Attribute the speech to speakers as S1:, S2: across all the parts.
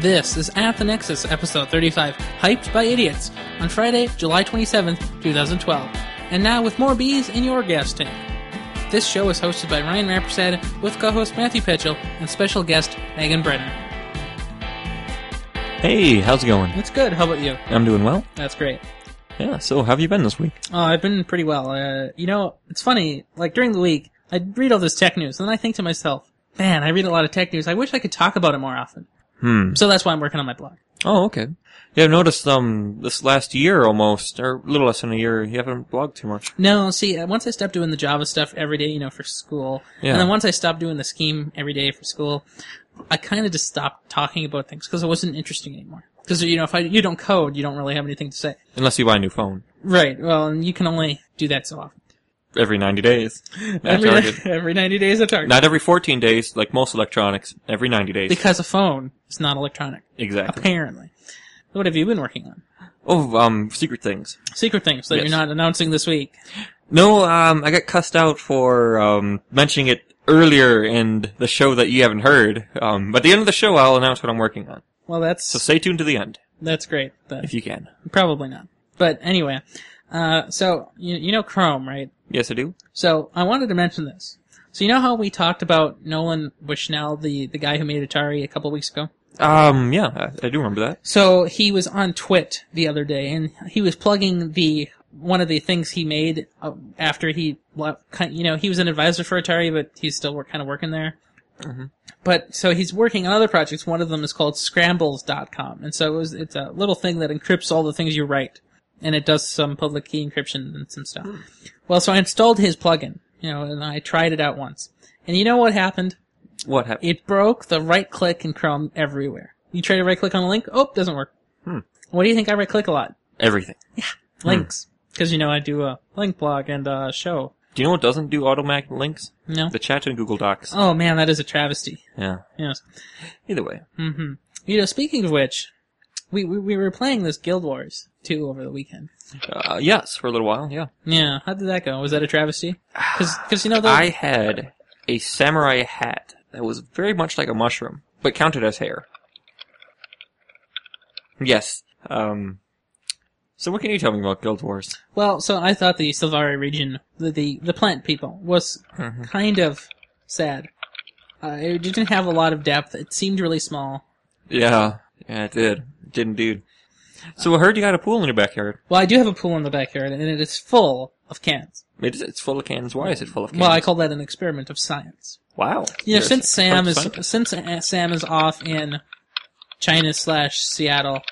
S1: This is At the Nexus, episode 35, Hyped by Idiots, on Friday, July 27th, 2012. And now with more bees in your gas tank. This show is hosted by Ryan Rappersad with co host Matthew Petchel and special guest Megan Brenner.
S2: Hey, how's it going?
S1: It's good. How about you?
S2: I'm doing well.
S1: That's great.
S2: Yeah, so how have you been this week?
S1: Oh, I've been pretty well. Uh, you know, it's funny. Like during the week, I read all this tech news, and then I think to myself, "Man, I read a lot of tech news. I wish I could talk about it more often."
S2: Hmm.
S1: So that's why I'm working on my blog.
S2: Oh, okay. Yeah, I've noticed um this last year almost, or a little less than a year, you haven't blogged too much.
S1: No, see, uh, once I stopped doing the Java stuff every day, you know, for school,
S2: Yeah.
S1: and then once I stopped doing the scheme every day for school, I kind of just stopped talking about things because it wasn't interesting anymore. Because you know, if I, you don't code, you don't really have anything to say.
S2: Unless you buy a new phone
S1: Right. Well, and you can only do that so often.
S2: every 90 days. At
S1: Every,
S2: Target.
S1: every ninety days at Target.
S2: Not every 14 days, like most electronics, every 90 days.
S1: because a phone is not electronic.
S2: exactly.
S1: Apparently. What have you been working on?
S2: Oh, um, secret things.
S1: Secret things that
S2: Yes.
S1: you're not announcing this week.
S2: No, um, I got cussed out for um mentioning it earlier in the show that you haven't heard. Um, but at the end of the show, I'll announce what I'm working on.
S1: Well,
S2: So
S1: that's
S2: stay tuned to the end,
S1: that's great. But
S2: if you can.
S1: probably not. But anyway, uh, so you, you know Chrome, right?
S2: Yes, I do.
S1: So I wanted to mention this. So you know how we talked about Nolan Bushnell, the the guy who made Atari, a couple weeks ago.
S2: Um, yeah, I, I do remember that.
S1: So he was on Twit the other day, and he was plugging the one of the things he made uh, after he left. kind- You know, he was an advisor for Atari, but he's still work, kind of working there. But so he's working on other projects. One of them is called Scrambles.com, and so it was, it's a little thing that encrypts all the things you write, and it does some public key encryption and some stuff. Well, so I installed his plugin, you know, and I tried it out once, and you know what happened?
S2: What happened?
S1: It broke the right click in Chrome everywhere. You try to right click on a link, oh, doesn't work.
S2: Hmm.
S1: What do you think I right click a lot?
S2: Everything.
S1: Links. Because, you know, I do a link blog and a show.
S2: Do you know what doesn't do automatic links?
S1: No?
S2: The chat in Google Docs.
S1: Oh man, that is a travesty.
S2: Yeah.
S1: Yes.
S2: Either way.
S1: hmm You know, speaking of which, we, we, we were playing this Guild Wars 2 over the weekend.
S2: Uh, yes, for a little while, yeah.
S1: Yeah, how did that go? Was that a travesty? Because, you know, the,
S2: I had a samurai hat that was very much like a mushroom, but counted as hair. Yes. Um. So what can you tell me about Guild Wars?
S1: well, so I thought the Silvari region, the, the, the plant people, was
S2: Mm-hmm.
S1: kind of sad. Uh, it didn't have a lot of depth. It seemed really small.
S2: Yeah. Yeah, it did. It did indeed. So I heard you got a pool in your backyard.
S1: Well, I do have a pool in the backyard, and it is full of cans.
S2: It is, it's full of cans. Why is it full of cans?
S1: Well, I call that an experiment of science. You
S2: wow.
S1: know,
S2: You're a
S1: since Sam
S2: perfect
S1: is
S2: scientist.
S1: since uh, Sam is off in China slash Seattle,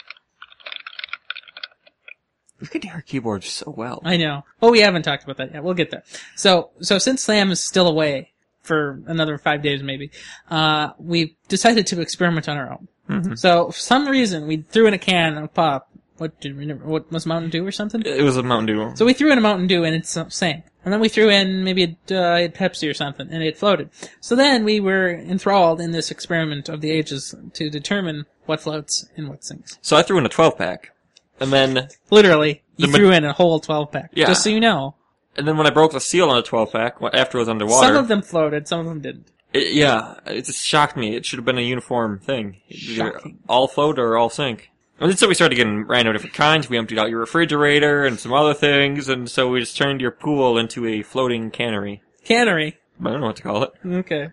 S2: You can hear our keyboard so well.
S1: I know. Well, we haven't talked about that yet. We'll get there. So, so since Sam is still away for another five days, maybe, uh, we decided to experiment on our own.
S2: Mhm.
S1: So, for some reason, we threw in a can of pop. What did we? What was Mountain Dew or something?
S2: It was a Mountain Dew.
S1: So we threw in a Mountain Dew and it s- sank. And then we threw in maybe a, uh, a Pepsi or something and it floated. So then we were enthralled in this experiment of the ages to determine what floats and what sinks.
S2: So I threw in a 12 pack. And then,
S1: Literally, you
S2: The ma-
S1: threw in a whole 12 pack.
S2: Yeah.
S1: Just so you know.
S2: and then when I broke the seal on a 12 pack wh- after it was underwater,
S1: Some of them floated, some of them didn't.
S2: it, yeah, it just shocked me. It should have been a uniform thing. Either
S1: Shocking.
S2: All float or all sink. And then so we started getting random different kinds. We emptied out your refrigerator and some other things, and so we just turned your pool into a floating cannery.
S1: Cannery.
S2: I don't know what to call it.
S1: Okay.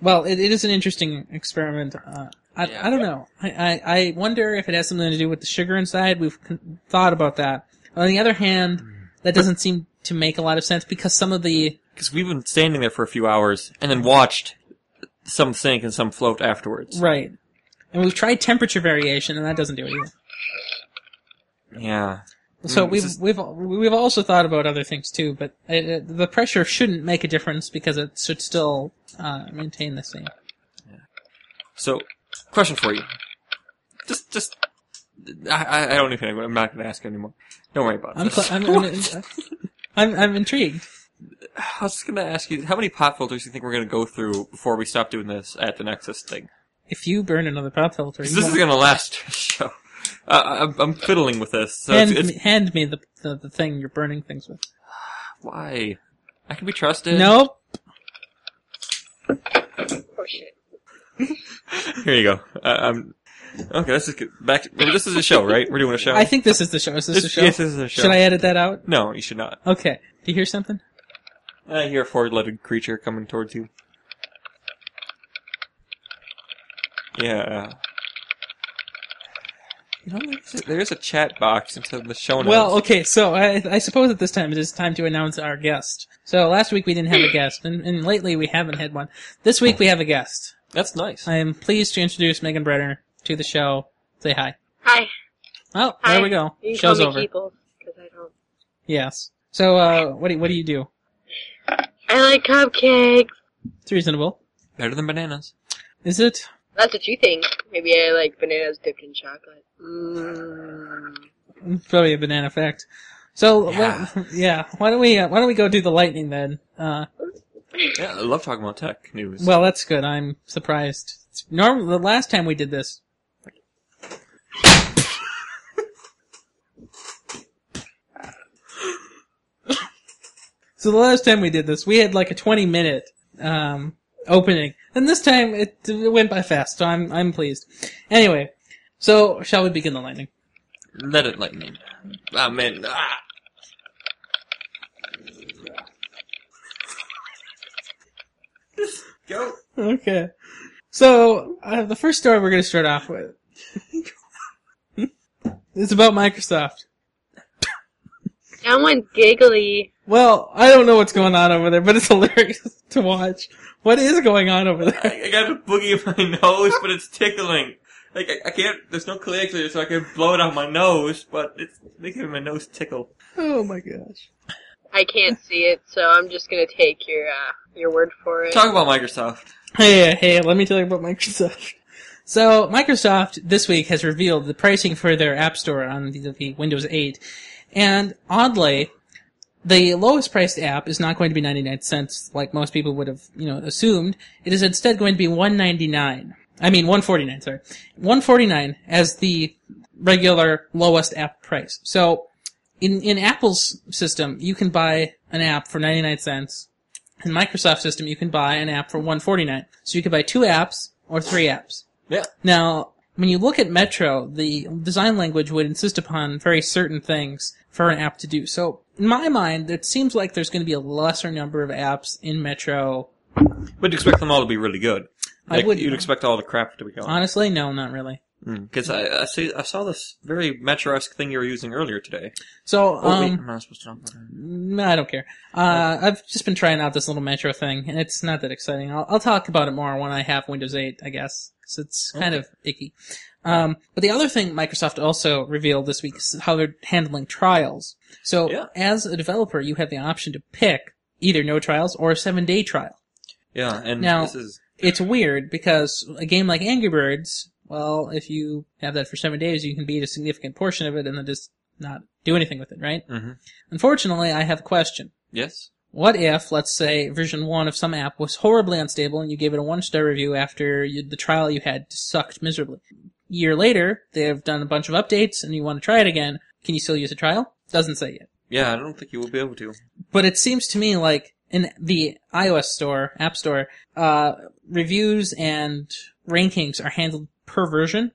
S1: Well, it, it is an interesting experiment. Uh, I,
S2: Yeah.
S1: I don't know. I, I, I wonder if it has something to do with the sugar inside. We've con- thought about that. On the other hand, that doesn't seem to make a lot of sense because some of the
S2: Because we've been standing there for a few hours and then watched some sink and some float afterwards.
S1: Right. And we've tried temperature variation, and that doesn't do it either.
S2: Yeah.
S1: So
S2: Mm,
S1: we've
S2: this is-
S1: we've we've also thought about other things too, but it, it, the pressure shouldn't make a difference because it should still uh, maintain the same.
S2: So, question for you. Just, just, I, I- I don't even, I'm not going to ask anymore. Don't worry about it.
S1: I'm cl- I'm, I'm, I'm I'm intrigued.
S2: I was just going to ask you, how many pot filters do you think we're going to go through before we stop doing this at the Nexus thing?
S1: If you burn another pop filter,
S2: 'Cause
S1: you
S2: this is
S1: won't-
S2: going to last a show. Uh, I'm, I'm fiddling with this. So it's,
S1: hand,
S2: it's,
S1: me, hand me the, the the thing you're burning things with.
S2: why? I can be trusted.
S1: Nope.
S2: Here you go. Uh, I'm, Okay, this is good. back. To, maybe this is a show, right? We're doing a show.
S1: I think this is the show. Is this
S2: this,
S1: the show?
S2: Yes, this is a show.
S1: Should I edit that out?
S2: No, you should not.
S1: Okay. Do you hear something?
S2: I hear a four-legged creature coming towards you. Yeah. You know, there's a, there's a chat box into the show notes.
S1: Well, okay, so I, I suppose at this time it is time to announce our guest. So last week we didn't have a guest, and, and lately we haven't had one. This week we have a guest.
S2: that's nice.
S1: I am pleased to introduce Megan Brenner to the show. Say hi.
S3: Hi.
S1: Oh,
S3: Hi.
S1: there we go.
S3: You can
S1: Show's
S3: call
S1: over.
S3: me Keebles, 'cause I don't.
S1: Yes. So, uh, what do, what do you do?
S3: I like cupcakes.
S1: It's reasonable.
S2: Better than bananas.
S1: Is it?
S3: That's what you think. Maybe I like bananas dipped in chocolate. Mmm.
S1: It's Probably a banana fact. So,
S2: Yeah.
S1: Why, yeah. Why don't we uh, Why don't we go do the lightning then? Uh,
S2: Yeah, I love talking about tech news.
S1: well, that's good. I'm surprised. It's norm- the last time we did this, So the last time we did this, we had like a 20 minute um, opening, and this time it, it went by fast. So I'm I'm pleased. Anyway, so shall we begin the lightning?
S2: let it lightning. Ah, man. Ah. Go.
S1: Okay. So uh, the first story we're going to start off with is about Microsoft.
S3: Someone giggly.
S1: Well, I don't know what's going on over there, but it's hilarious to watch. What is going on over there?
S2: I, I got a boogie in my nose, but it's tickling. Like I, I can't. There's no clear clear, so I can blow it out my nose, but it's making my nose tickle.
S1: Oh my gosh.
S3: I can't see it, so I'm just gonna take your uh, your word for it.
S2: Talk about Microsoft.
S1: Hey, hey, let me tell you about Microsoft. So, Microsoft this week has revealed the pricing for their App Store on the, the Windows 8. And oddly, the lowest priced app is not going to be 99 cents like most people would have, you know, assumed. It is instead going to be 199. I mean 149, sorry. 149 as the regular lowest app price. So, in in Apple's system, you can buy an app for 99 cents. In Microsoft's system, you can buy an app for 149. So you can buy two apps or three apps.
S2: Yeah.
S1: Now, when you look at Metro, the design language would insist upon very certain things for an app to do. So, in my mind, it seems like there's going to be a lesser number of apps in Metro.
S2: Would you expect them all to be really good?
S1: I
S2: Like,
S1: would-
S2: You'd expect all the crap to be gone.
S1: Honestly, no, not really.
S2: Because I, I see, I saw this very Metro-esque thing you were using earlier today.
S1: So,
S2: Oh, wait,
S1: um,
S2: I'm not supposed to talk about it.
S1: No, I don't care. Uh, I've just been trying out this little Metro thing, and it's not that exciting. I'll, I'll talk about it more when I have Windows 8, I guess, 'cause it's kind of icky. Um, but the other thing Microsoft also revealed this week is how they're handling trials. So
S2: Yeah.
S1: as a developer, you have the option to pick either no trials or a seven day trial.
S2: Yeah, and
S1: Now-
S2: this is
S1: It's weird because a game like Angry Birds, well, if you have that for seven days, you can beat a significant portion of it and then just not do anything with it, right?
S2: hmm
S1: Unfortunately, I have a question.
S2: yes.
S1: What if, let's say, version one of some app was horribly unstable and you gave it a one star review after you, the trial you had sucked miserably? Year later, they have done a bunch of updates and you want to try it again. Can you still use a trial? Doesn't say yet.
S2: Yeah, I don't think you will be able to.
S1: But it seems to me like in the iOS store, App Store, uh, reviews and rankings are handled per version.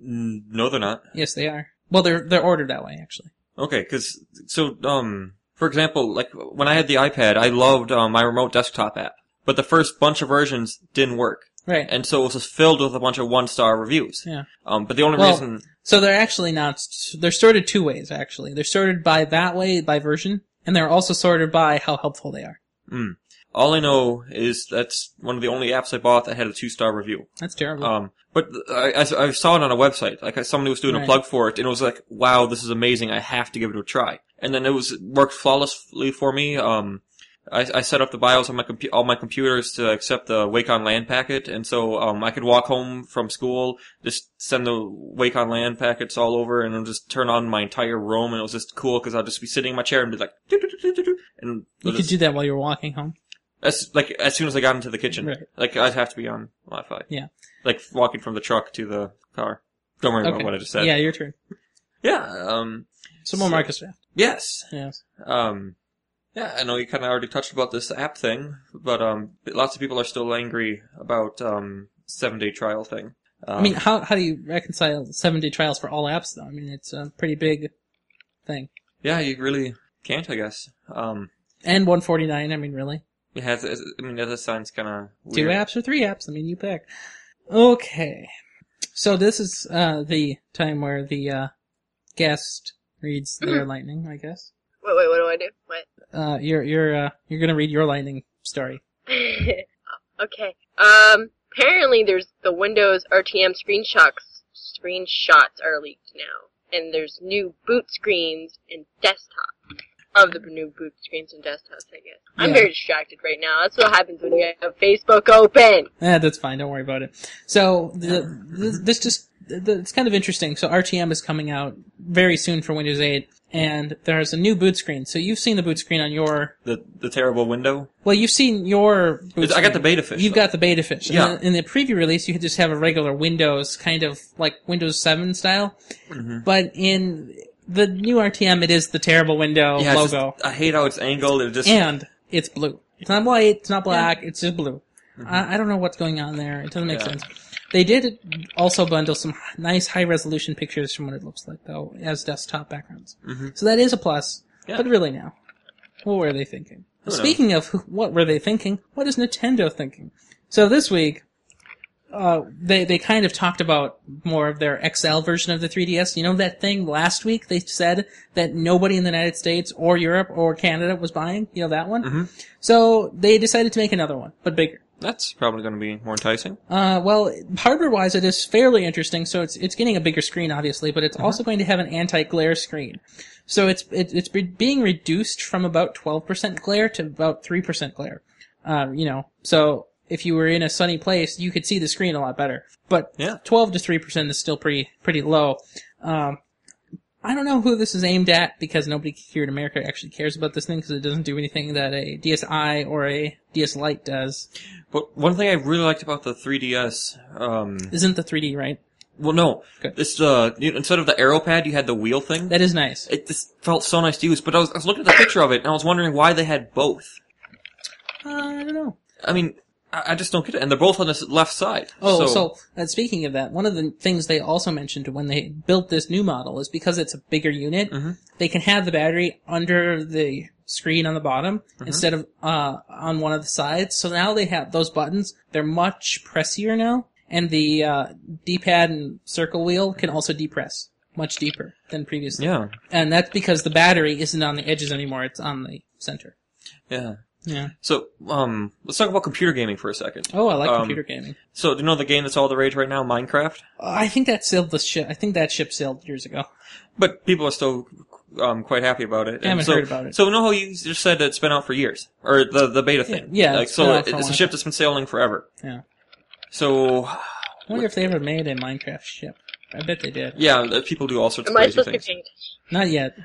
S2: N- No, they're not.
S1: Yes, they are. Well, they're they're ordered that way actually.
S2: Okay, because so um, for example, like when I had the iPad, I loved um, my remote desktop app, but the first bunch of versions didn't work,
S1: Right.
S2: and so it was just filled with a bunch of one star reviews.
S1: Yeah.
S2: Um, but the only
S1: Well-
S2: reason,
S1: So they're actually not. s- They're sorted two ways, actually. They're sorted by that way, by version, and they're also sorted by how helpful they are.
S2: all I know is that's one of the only apps I bought that had a two star review.
S1: That's terrible.
S2: Um, but I, I- I saw it on a website. Like somebody was doing a
S1: Right.
S2: plug for it, and it was like, "Wow, this is amazing! I have to give it a try." And then it was worked flawlessly for me. Um, I, I set up the BIOS on my compu- all my computers to accept the Wacom LAN packet, and so um, I could walk home from school, just send the Wacom LAN packets all over, and it'll just turn on my entire room, and it was just cool because I'd just be sitting in my chair and be like, "Doo-doo-doo-doo-doo," and
S1: you could
S2: just-
S1: do that while you're walking home.
S2: as like as soon as I got into the kitchen,
S1: Right.
S2: like I'd have to be on Wi-Fi.
S1: Yeah.
S2: like walking from the truck to the car. Don't worry about what I just said.
S1: Yeah, your turn.
S2: Yeah, Um.
S1: Some more
S2: So-
S1: Microsoft.
S2: Yes.
S1: Yes.
S2: Um. Yeah. I know you kind of already touched about this app thing, but um, lots of people are still angry about um seven day trial thing.
S1: I mean, how how do you reconcile seven day trials for all apps though? I mean, it's a pretty big thing.
S2: yeah, you really can't, I guess. Um,
S1: And 149. I mean, really,
S2: it has. I mean, that sounds kind of
S1: two apps or three apps. I mean, you pick. Okay, so this is uh, the time where the uh, guest reads their lightning. I guess
S3: Wait, wait, what do I do? What?
S1: uh, you're you're uh, you're gonna read your lightning story.
S3: okay. Um, apparently there's the Windows RTM screenshots screenshots are leaked now, and there's new boot screens and desktop of the new boot screens and desktops. I guess I'm
S1: Yeah.
S3: very distracted right now. That's what happens when you have Facebook open.
S1: Eh, that's fine. Don't worry about it. So the, this, this just the, it's kind of interesting. So RTM is coming out very soon for Windows 8, and there's a new boot screen. So you've seen the boot screen on your
S2: The the terrible window.
S1: well, you've seen your. Boot
S2: I got the
S1: screen.
S2: beta fish.
S1: You've
S2: though.
S1: got the beta fish. In
S2: Yeah.
S1: the- In the, preview release, you could just have a regular Windows kind of like Windows 7 style,
S2: Mhm.
S1: but in the new RTM, it is the terrible window
S2: Yeah, it's
S1: logo,
S2: just- I hate how it's angled. It just
S1: and it's blue. It's not white. It's not black. It's just blue. I, I don't know what's going on there. It doesn't make
S2: Mm-hmm. Yeah.
S1: sense. They did also bundle some h- nice high resolution pictures from what it looks like though as desktop backgrounds.
S2: Mhm.
S1: So that is a plus.
S2: Yeah.
S1: But really now, what were they thinking?
S2: Who knows?
S1: Speaking of who- what were they thinking, what is Nintendo thinking? So this week, uh, they they kind of talked about more of their XL version of the 3DS. You know that thing last week they said that nobody in the United States or Europe or Canada was buying. You know that one.
S2: Mm-hmm.
S1: So they decided to make another one, but bigger.
S2: that's probably going to be more enticing.
S1: Uh, well, hardware-wise, it is fairly interesting. So it's it's getting a bigger screen, obviously, but it's also going to have an anti-glare screen. So it's it, it's be- being reduced from about twelve percent glare to about three percent glare. Um, you know, so if you were in a sunny place, you could see the screen a lot better. But
S2: Yeah.
S1: twelve to three percent is still pretty pretty low. Um, I don't know who this is aimed at because nobody here in America actually cares about this thing because it doesn't do anything that a DSi or a DS Lite does.
S2: But one thing I really liked about the 3DS, um,
S1: Isn't the 3D right?
S2: well, no,
S1: Okay.
S2: this uh, you, instead of the arrow pad, you had the wheel thing.
S1: That is nice.
S2: it just felt so nice to use. But I was, I was looking at the picture of it, and I was wondering why they had both.
S1: Uh, I don't know.
S2: I mean, I, I just don't get it. And they're both on this left side.
S1: Oh, so, uh, speaking of that, one of the things they also mentioned when they built this new model is because it's a bigger unit,
S2: Mhm.
S1: they can have the battery under the screen on the bottom instead of uh, on one of the sides. So now they have those buttons. They're much pressier now, and the uh, D-pad and circle wheel can also depress much deeper than previously.
S2: yeah,
S1: And that's because the battery isn't on the edges anymore; it's on the center.
S2: yeah.
S1: Yeah.
S2: So, um, let's talk about computer gaming for a second.
S1: Oh, I like
S2: Um,
S1: computer gaming.
S2: So, do you know the game that's all the rage right now, Minecraft?
S1: I think that sailed the ship. I think that ship sailed years ago.
S2: But people are still um, quite happy about it. And
S1: Haven't
S2: so,
S1: heard about it.
S2: So, you know how you just said it's been out for years, or the the beta thing.
S1: Yeah, yeah,
S2: like,
S1: it's
S2: so
S1: been
S2: it,
S1: out for a
S2: it's a
S1: while.
S2: ship that's been sailing forever.
S1: Yeah.
S2: So,
S1: I wonder if they ever made a Minecraft ship. I bet they did.
S2: yeah, the people do all sorts
S3: Am
S2: of
S3: I
S2: crazy
S3: supposed to be
S2: things.
S3: paying
S1: Not yet.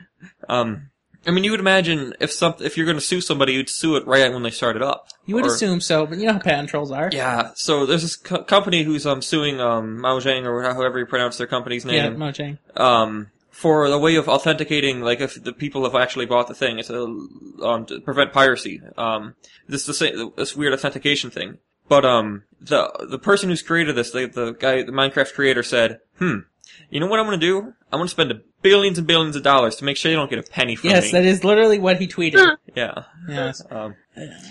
S2: Um, I mean, you would imagine if some if you're going to sue somebody, you'd sue it right when they started up.
S1: You would
S2: Or-
S1: assume so, but you know how patent trolls are.
S2: Yeah. So there's this co- company who's um suing um Maojang or however you pronounce their company's
S1: Yeah,
S2: name
S1: Mojang.
S2: um for the way of authenticating like if the people have actually bought the thing. It's a um to prevent piracy. Um, this the same this weird authentication thing. But um the the person who's created this, the the guy, the Minecraft creator said, hmm. You know what I'm gonna do? I'm gonna spend billions and billions of dollars to make sure you don't get a penny from
S1: Yes,
S2: me.
S1: that is literally what he tweeted.
S3: Huh.
S2: yeah.
S1: yes.
S2: Um,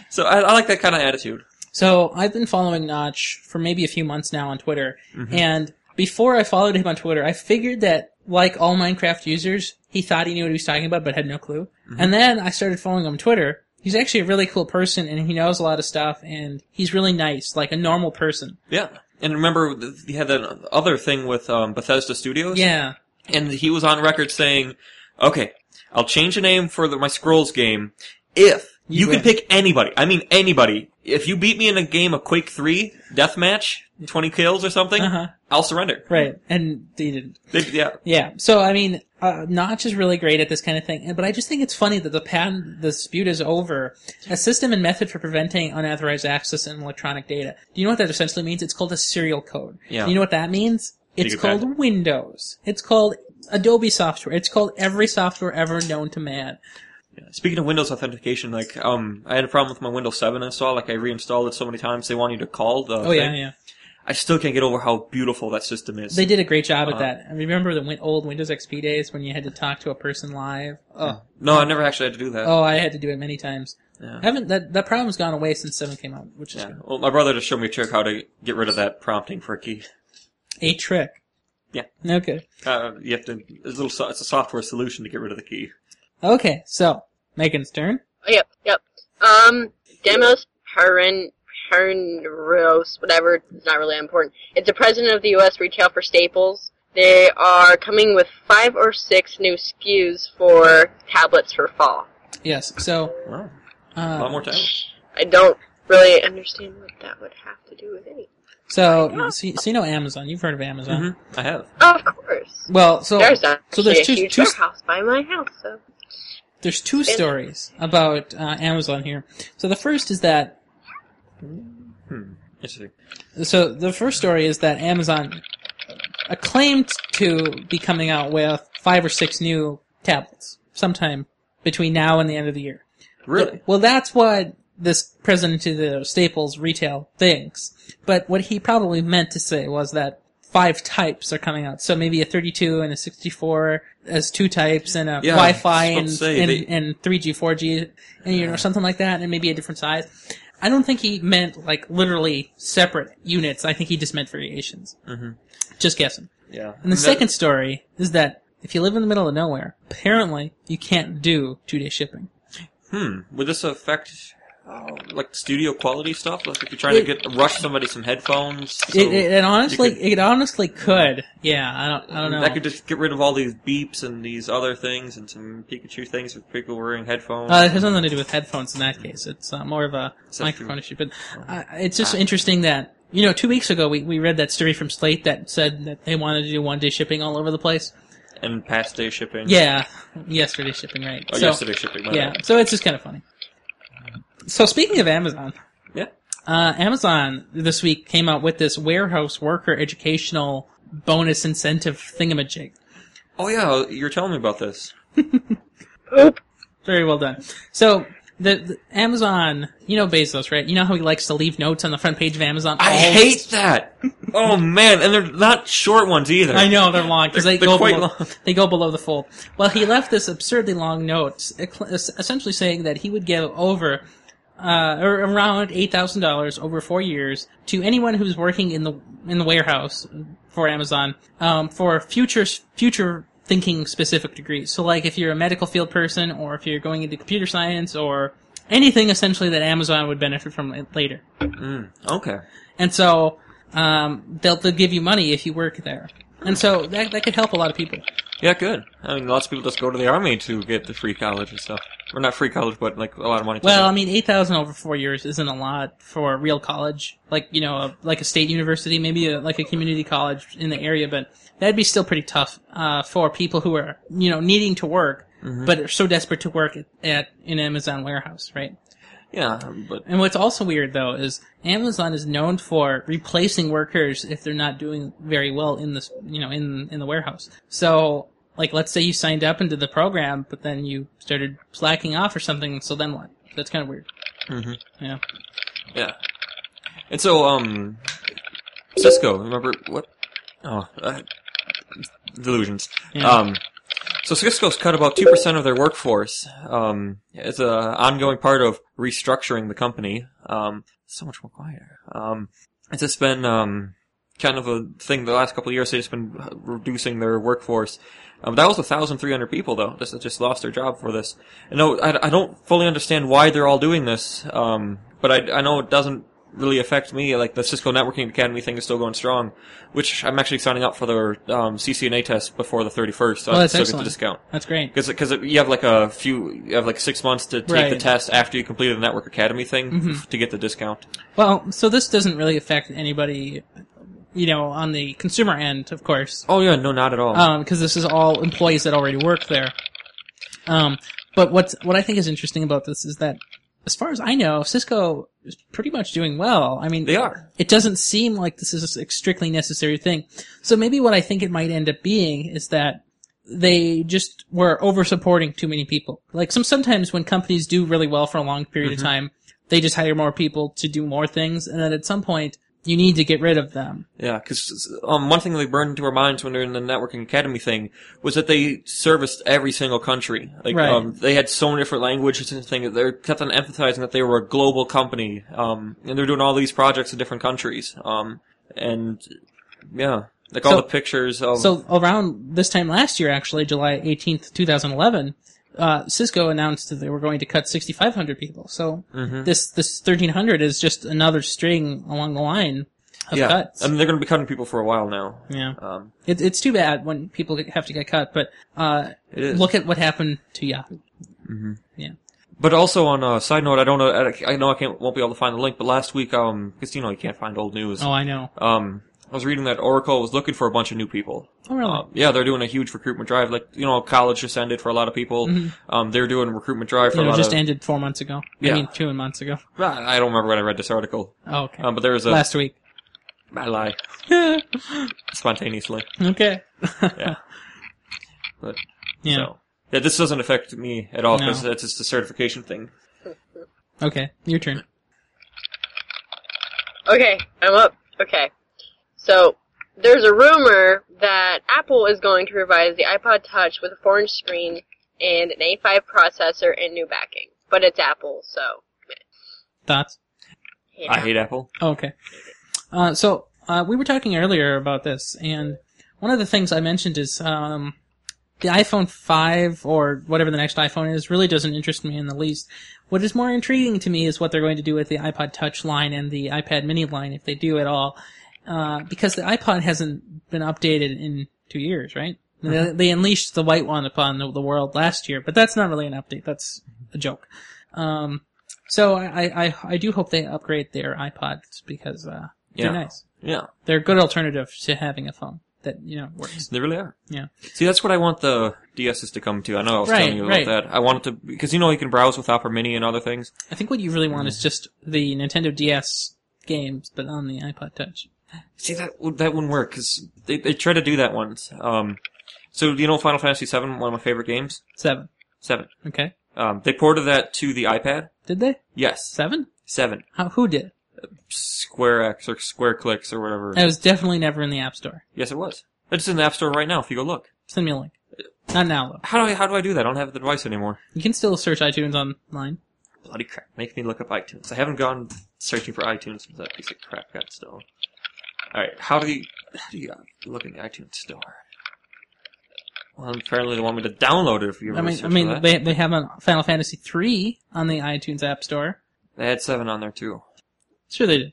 S2: so I, I like that kind of attitude.
S1: So I've been following Notch for maybe a few months now on Twitter,
S2: Mm-hmm.
S1: and before I followed him on Twitter, I figured that like all Minecraft users, he thought he knew what he was talking about but had no clue.
S2: Mm-hmm.
S1: And then I started following him on Twitter. He's actually a really cool person, and he knows a lot of stuff, and he's really nice, like a normal person.
S2: Yeah. And remember, th- he had that other thing with um, Bethesda Studios.
S1: Yeah.
S2: And he was on record saying, "Okay, I'll change the name for the, my Scrolls game if
S1: You
S2: you, can
S1: win."
S2: pick anybody. I mean, anybody. If you beat me in a game of Quake Three deathmatch, twenty kills or something,
S1: Uh-huh.
S2: I'll surrender."
S1: Right. And he didn't.
S2: They, yeah.
S1: Yeah. So I mean, uh, Notch is really great at this kind of thing, but I just think it's funny that the patent dispute is over. A system and method for preventing unauthorized access in electronic data. Do you know what that essentially means? It's called a serial code.
S2: Yeah.
S1: Do you know what that means? It's
S2: Secret
S1: called
S2: patent.
S1: Windows. It's called Adobe software. It's called every software ever known to man.
S2: Speaking of Windows authentication, like um, I had a problem with my Windows Seven install. Like I reinstalled it so many times, they want you to call the.
S1: Oh yeah,
S2: thing.
S1: yeah.
S2: I still can't get over how beautiful that system is.
S1: They did a great job at
S2: Uh,
S1: that. I remember the win- old Windows XP days when you had to talk to a person live. Oh,
S2: no, I never actually had to do that.
S1: oh, I had to do it many times.
S2: Yeah.
S1: I haven't that that problem's gone away since seven came out, which is
S2: Yeah.
S1: good.
S2: Well, my brother just showed me a trick how to get rid of that prompting for a key.
S1: a trick.
S2: Yeah.
S1: Okay.
S2: Uh, you have to. It's a little. so- It's a software solution to get rid of the key.
S1: Okay. So Megan's turn.
S3: Oh, yep, yep. Um, Demos Parin, Parinros, whatever, it's not really important. It's the president of the U.S. Retail for Staples. They are coming with five or six new SKUs for tablets for fall.
S1: Yes. So
S2: Wow. A lot
S1: uh,
S2: more time.
S3: I don't really understand what that would have to do with anything.
S1: so, so you- so you know Amazon. You've heard of Amazon.
S2: hmm I have.
S3: Of course.
S1: Well, so
S3: There's actually
S1: Oh, so there's
S3: a
S1: two-
S3: huge
S1: two-
S3: warehouse by my house, so.
S1: there's two stories about uh, Amazon here. So the first is that
S2: Interesting.
S1: so the first story is that Amazon claimed to be coming out with five or six new tablets sometime between now and the end of the year.
S2: Really?
S1: Well, that's what this president of the Staples retail thinks. But what he probably meant to say was that five types are coming out. So maybe a 32 and a 64 as two types and a
S2: Yeah,
S1: Wi-Fi
S2: I
S1: and,
S2: was about to say,
S1: and,
S2: they-
S1: and 3G, 4G and you know, something like that and maybe a different size. I don't think he meant like literally separate units. I think he just meant variations.
S2: Mhm.
S1: Just guessing.
S2: Yeah.
S1: And the second story is that if you live in the middle of nowhere, apparently you can't do two day shipping.
S2: Hmm. Would this affect uh, like studio quality stuff? Like if you're trying to get rush somebody some headphones. so
S1: it, it, it honestly,
S2: could-
S1: it honestly could. Yeah, I don't, I don't know.
S2: That could just get rid of all these beeps and these other things and some Pikachu things if people wearing headphones.
S1: uh, it has nothing to do with headphones in that case. It's uh, more of a
S2: Is that
S1: microphone
S2: true?
S1: issue. But
S2: Oh.
S1: uh, it's
S2: Ah.
S1: just interesting that you know, two weeks ago we, we read that story from Slate that said that they wanted to do one day shipping all over the place.
S2: and past day shipping.
S1: Yeah, yesterday shipping, right?
S2: Oh,
S1: so,
S2: yesterday shipping. my
S1: yeah,
S2: bad.
S1: so it's just kind of funny. So speaking of Amazon,
S2: Yeah.
S1: uh, Amazon this week came out with this warehouse worker educational bonus incentive thingamajig.
S2: Oh yeah, you're telling me about this.
S3: Oop.
S1: Very well done. So the, the Amazon, you know Bezos, right? You know how he likes to leave notes on the front page of Amazon.
S2: I
S1: All-
S2: hate that. oh man, and they're not short ones either.
S1: I know they're long because they
S2: They're-
S1: go
S2: they're quite
S1: below,
S2: long.
S1: they go below the fold. Well, he left this absurdly long note, es- essentially saying that he would give over uh, or around eight thousand dollars over four years to anyone who's working in the in the warehouse for Amazon um, for future future thinking specific degrees. So, like if you're a medical field person, or if you're going into computer science, or anything essentially that Amazon would benefit from later.
S2: Okay.
S1: And so um, they'll, they'll give you money if you work there. And so that, that could help a lot of people.
S2: Yeah, good. I mean, lots of people just go to the army to get the free college and stuff. Or not free college, but like a lot of money. to
S1: Well, I
S2: them.
S1: mean, 8000 over four years isn't a lot for a real college. Like, you know, a, like a state university, maybe a, like a community college in the area, but that'd be still pretty tough uh, for people who are, you know, needing to work, but are so desperate to work at, at an Amazon warehouse, right?
S2: yeah, um, but
S1: And what's also weird, though, is Amazon is known for replacing workers if they're not doing very well in this, you know, in in the warehouse. So, like, let's say you signed up into the program, but then you started slacking off or something. So then what? That's kind of weird.
S2: Mhm.
S1: Yeah.
S2: yeah. And so, um, Cisco, remember what? Oh, uh, delusions.
S1: Yeah.
S2: Um, so Cisco's cut about two percent of their workforce. Um, it's a ongoing part of restructuring the company. Um, so much more quieter. Um, it's just been um, kind of a thing the last couple of years. They've just been reducing their workforce. Um, that was 1,300 people, though, that just lost their job for this. And no, I, I don't fully understand why they're all doing this, um, but I, I know it doesn't really affect me. Like, the Cisco Networking Academy thing is still going strong, which I'm actually signing up for their um, CCNA test before the 31st, so
S1: Well, Oh,
S2: I
S1: that's
S2: still
S1: excellent.
S2: get the discount.
S1: That's great.
S2: Because because you have like a few you have like six months to take the
S1: Right. Mm-hmm.
S2: test after you completed the Network Academy thing to get the discount.
S1: Well, so this doesn't really affect anybody, you know, on the consumer end, of course,
S2: Oh yeah, no, not at all.
S1: because Um, this is all employees that already work there. Um, but what's what I think is interesting about this is that, as far as I know, Cisco is pretty much doing well. I mean,
S2: they are.
S1: it doesn't seem like this is a strictly necessary thing. So maybe what I think it might end up being is that they just were over supporting too many people. Like some sometimes when companies do
S2: Mm-hmm.
S1: really well for a long period of time, they just hire more people to do more things, and then at some point You need to get rid of them.
S2: Yeah, because um, one thing they burned into our minds when they were in the networking academy thing was that they serviced every single country. Like,
S1: Right.
S2: um, they had so many different languages and things. They kept on emphasizing that they were a global company, um, and they're doing all these projects in different countries. Um, and yeah, like all
S1: So-
S2: the pictures of
S1: So around this time last year, actually, July 18th, 2011, uh, Cisco announced that they were going to cut 6,500 people. So
S2: Mhm.
S1: this, this 1,300 is just another string along the line of
S2: yeah,
S1: cuts.
S2: I mean they're going to be cutting people for a while now.
S1: yeah.
S2: Um,
S1: It, it's too bad when people get- have to get cut, but, uh,
S2: it is.
S1: look at what happened to Yahoo.
S2: But also on a side note, I don't know. I- I know I can't won't be able to find the link, but last week, um, because you know you can't find old news.
S1: Oh, I know.
S2: Um, I was reading that Oracle was looking for a bunch of new people.
S1: Oh, really?
S2: Um, yeah, they're doing a huge recruitment drive. Like you know, college just ended for a lot of people. Um, they're doing a recruitment drive for
S1: You
S2: a
S1: know, it
S2: lot
S1: Mm-hmm. just
S2: of.
S1: ended four months ago.
S2: Yeah.
S1: I mean, two months ago.
S2: I don't remember when I read this article,
S1: Oh, okay.
S2: um, but there was a
S1: Last week.
S2: I lie spontaneously.
S1: okay.
S2: Yeah. But,
S1: yeah.
S2: So. Yeah, this doesn't affect me at all because
S1: No.
S2: it's just a certification thing.
S1: Okay. Your turn.
S3: Okay, I'm up. Okay. So, there's a rumor that Apple is going to revise the iPod Touch with a 4 inch screen and an A5 processor and new backing. But it's Apple, so.
S1: Thoughts?
S3: yeah.
S2: I hate Apple.
S1: Oh, okay. Uh, so uh, we were talking earlier about this, and one of the things I mentioned is um, the iPhone 5 or whatever the next iPhone is really doesn't interest me in the least. What is more intriguing to me is what they're going to do with the iPod Touch line and the iPad Mini line, if they do at all, uh, because the iPod hasn't been updated in two years, right? They, they unleashed the white one upon the, the world last year, but that's not really an update. That's a joke. Um, so I, I- I, I do hope they upgrade their iPods because uh,
S2: Yeah.
S1: they're nice.
S2: Yeah,
S1: They're a good alternative to having a phone that you know works.
S2: they really are.
S1: Yeah.
S2: See, that's what I want the DSs to come to. I know I was
S1: Right,
S2: telling you about
S1: right.
S2: that. I want it to because you know you can browse with Opera Mini and other things.
S1: I think what you really
S2: Mm.
S1: want is just the Nintendo DS games, but on the iPod Touch.
S2: See that would- that wouldn't work because they they tried to do that once. Um, so you know Final Fantasy VII, one of my favorite games,
S1: Seven.
S2: seven.
S1: Okay.
S2: Um, they ported that to the iPad.
S1: Did they
S2: Yes,
S1: seven?
S2: seven.
S1: How, who did?
S2: Square X or Square Clicks or whatever.
S1: It was definitely never in the App Store.
S2: yes, it was. It's in the App Store right now. If you go look,
S1: Send me a link. Not now though.
S2: how do I how do I do that? I don't have the device anymore.
S1: You can still search iTunes online.
S2: Bloody crap! Make me look up iTunes. I haven't gone searching for iTunes since that piece of crap got stolen. All right, how do you how do you look in the iTunes store? Well, apparently they want me to download it. If you ever
S1: I mean,
S2: search
S1: I
S2: for
S1: mean,
S2: that.
S1: they they have a Final Fantasy three on the iTunes App Store.
S2: They had seven on there too.
S1: Sure they did.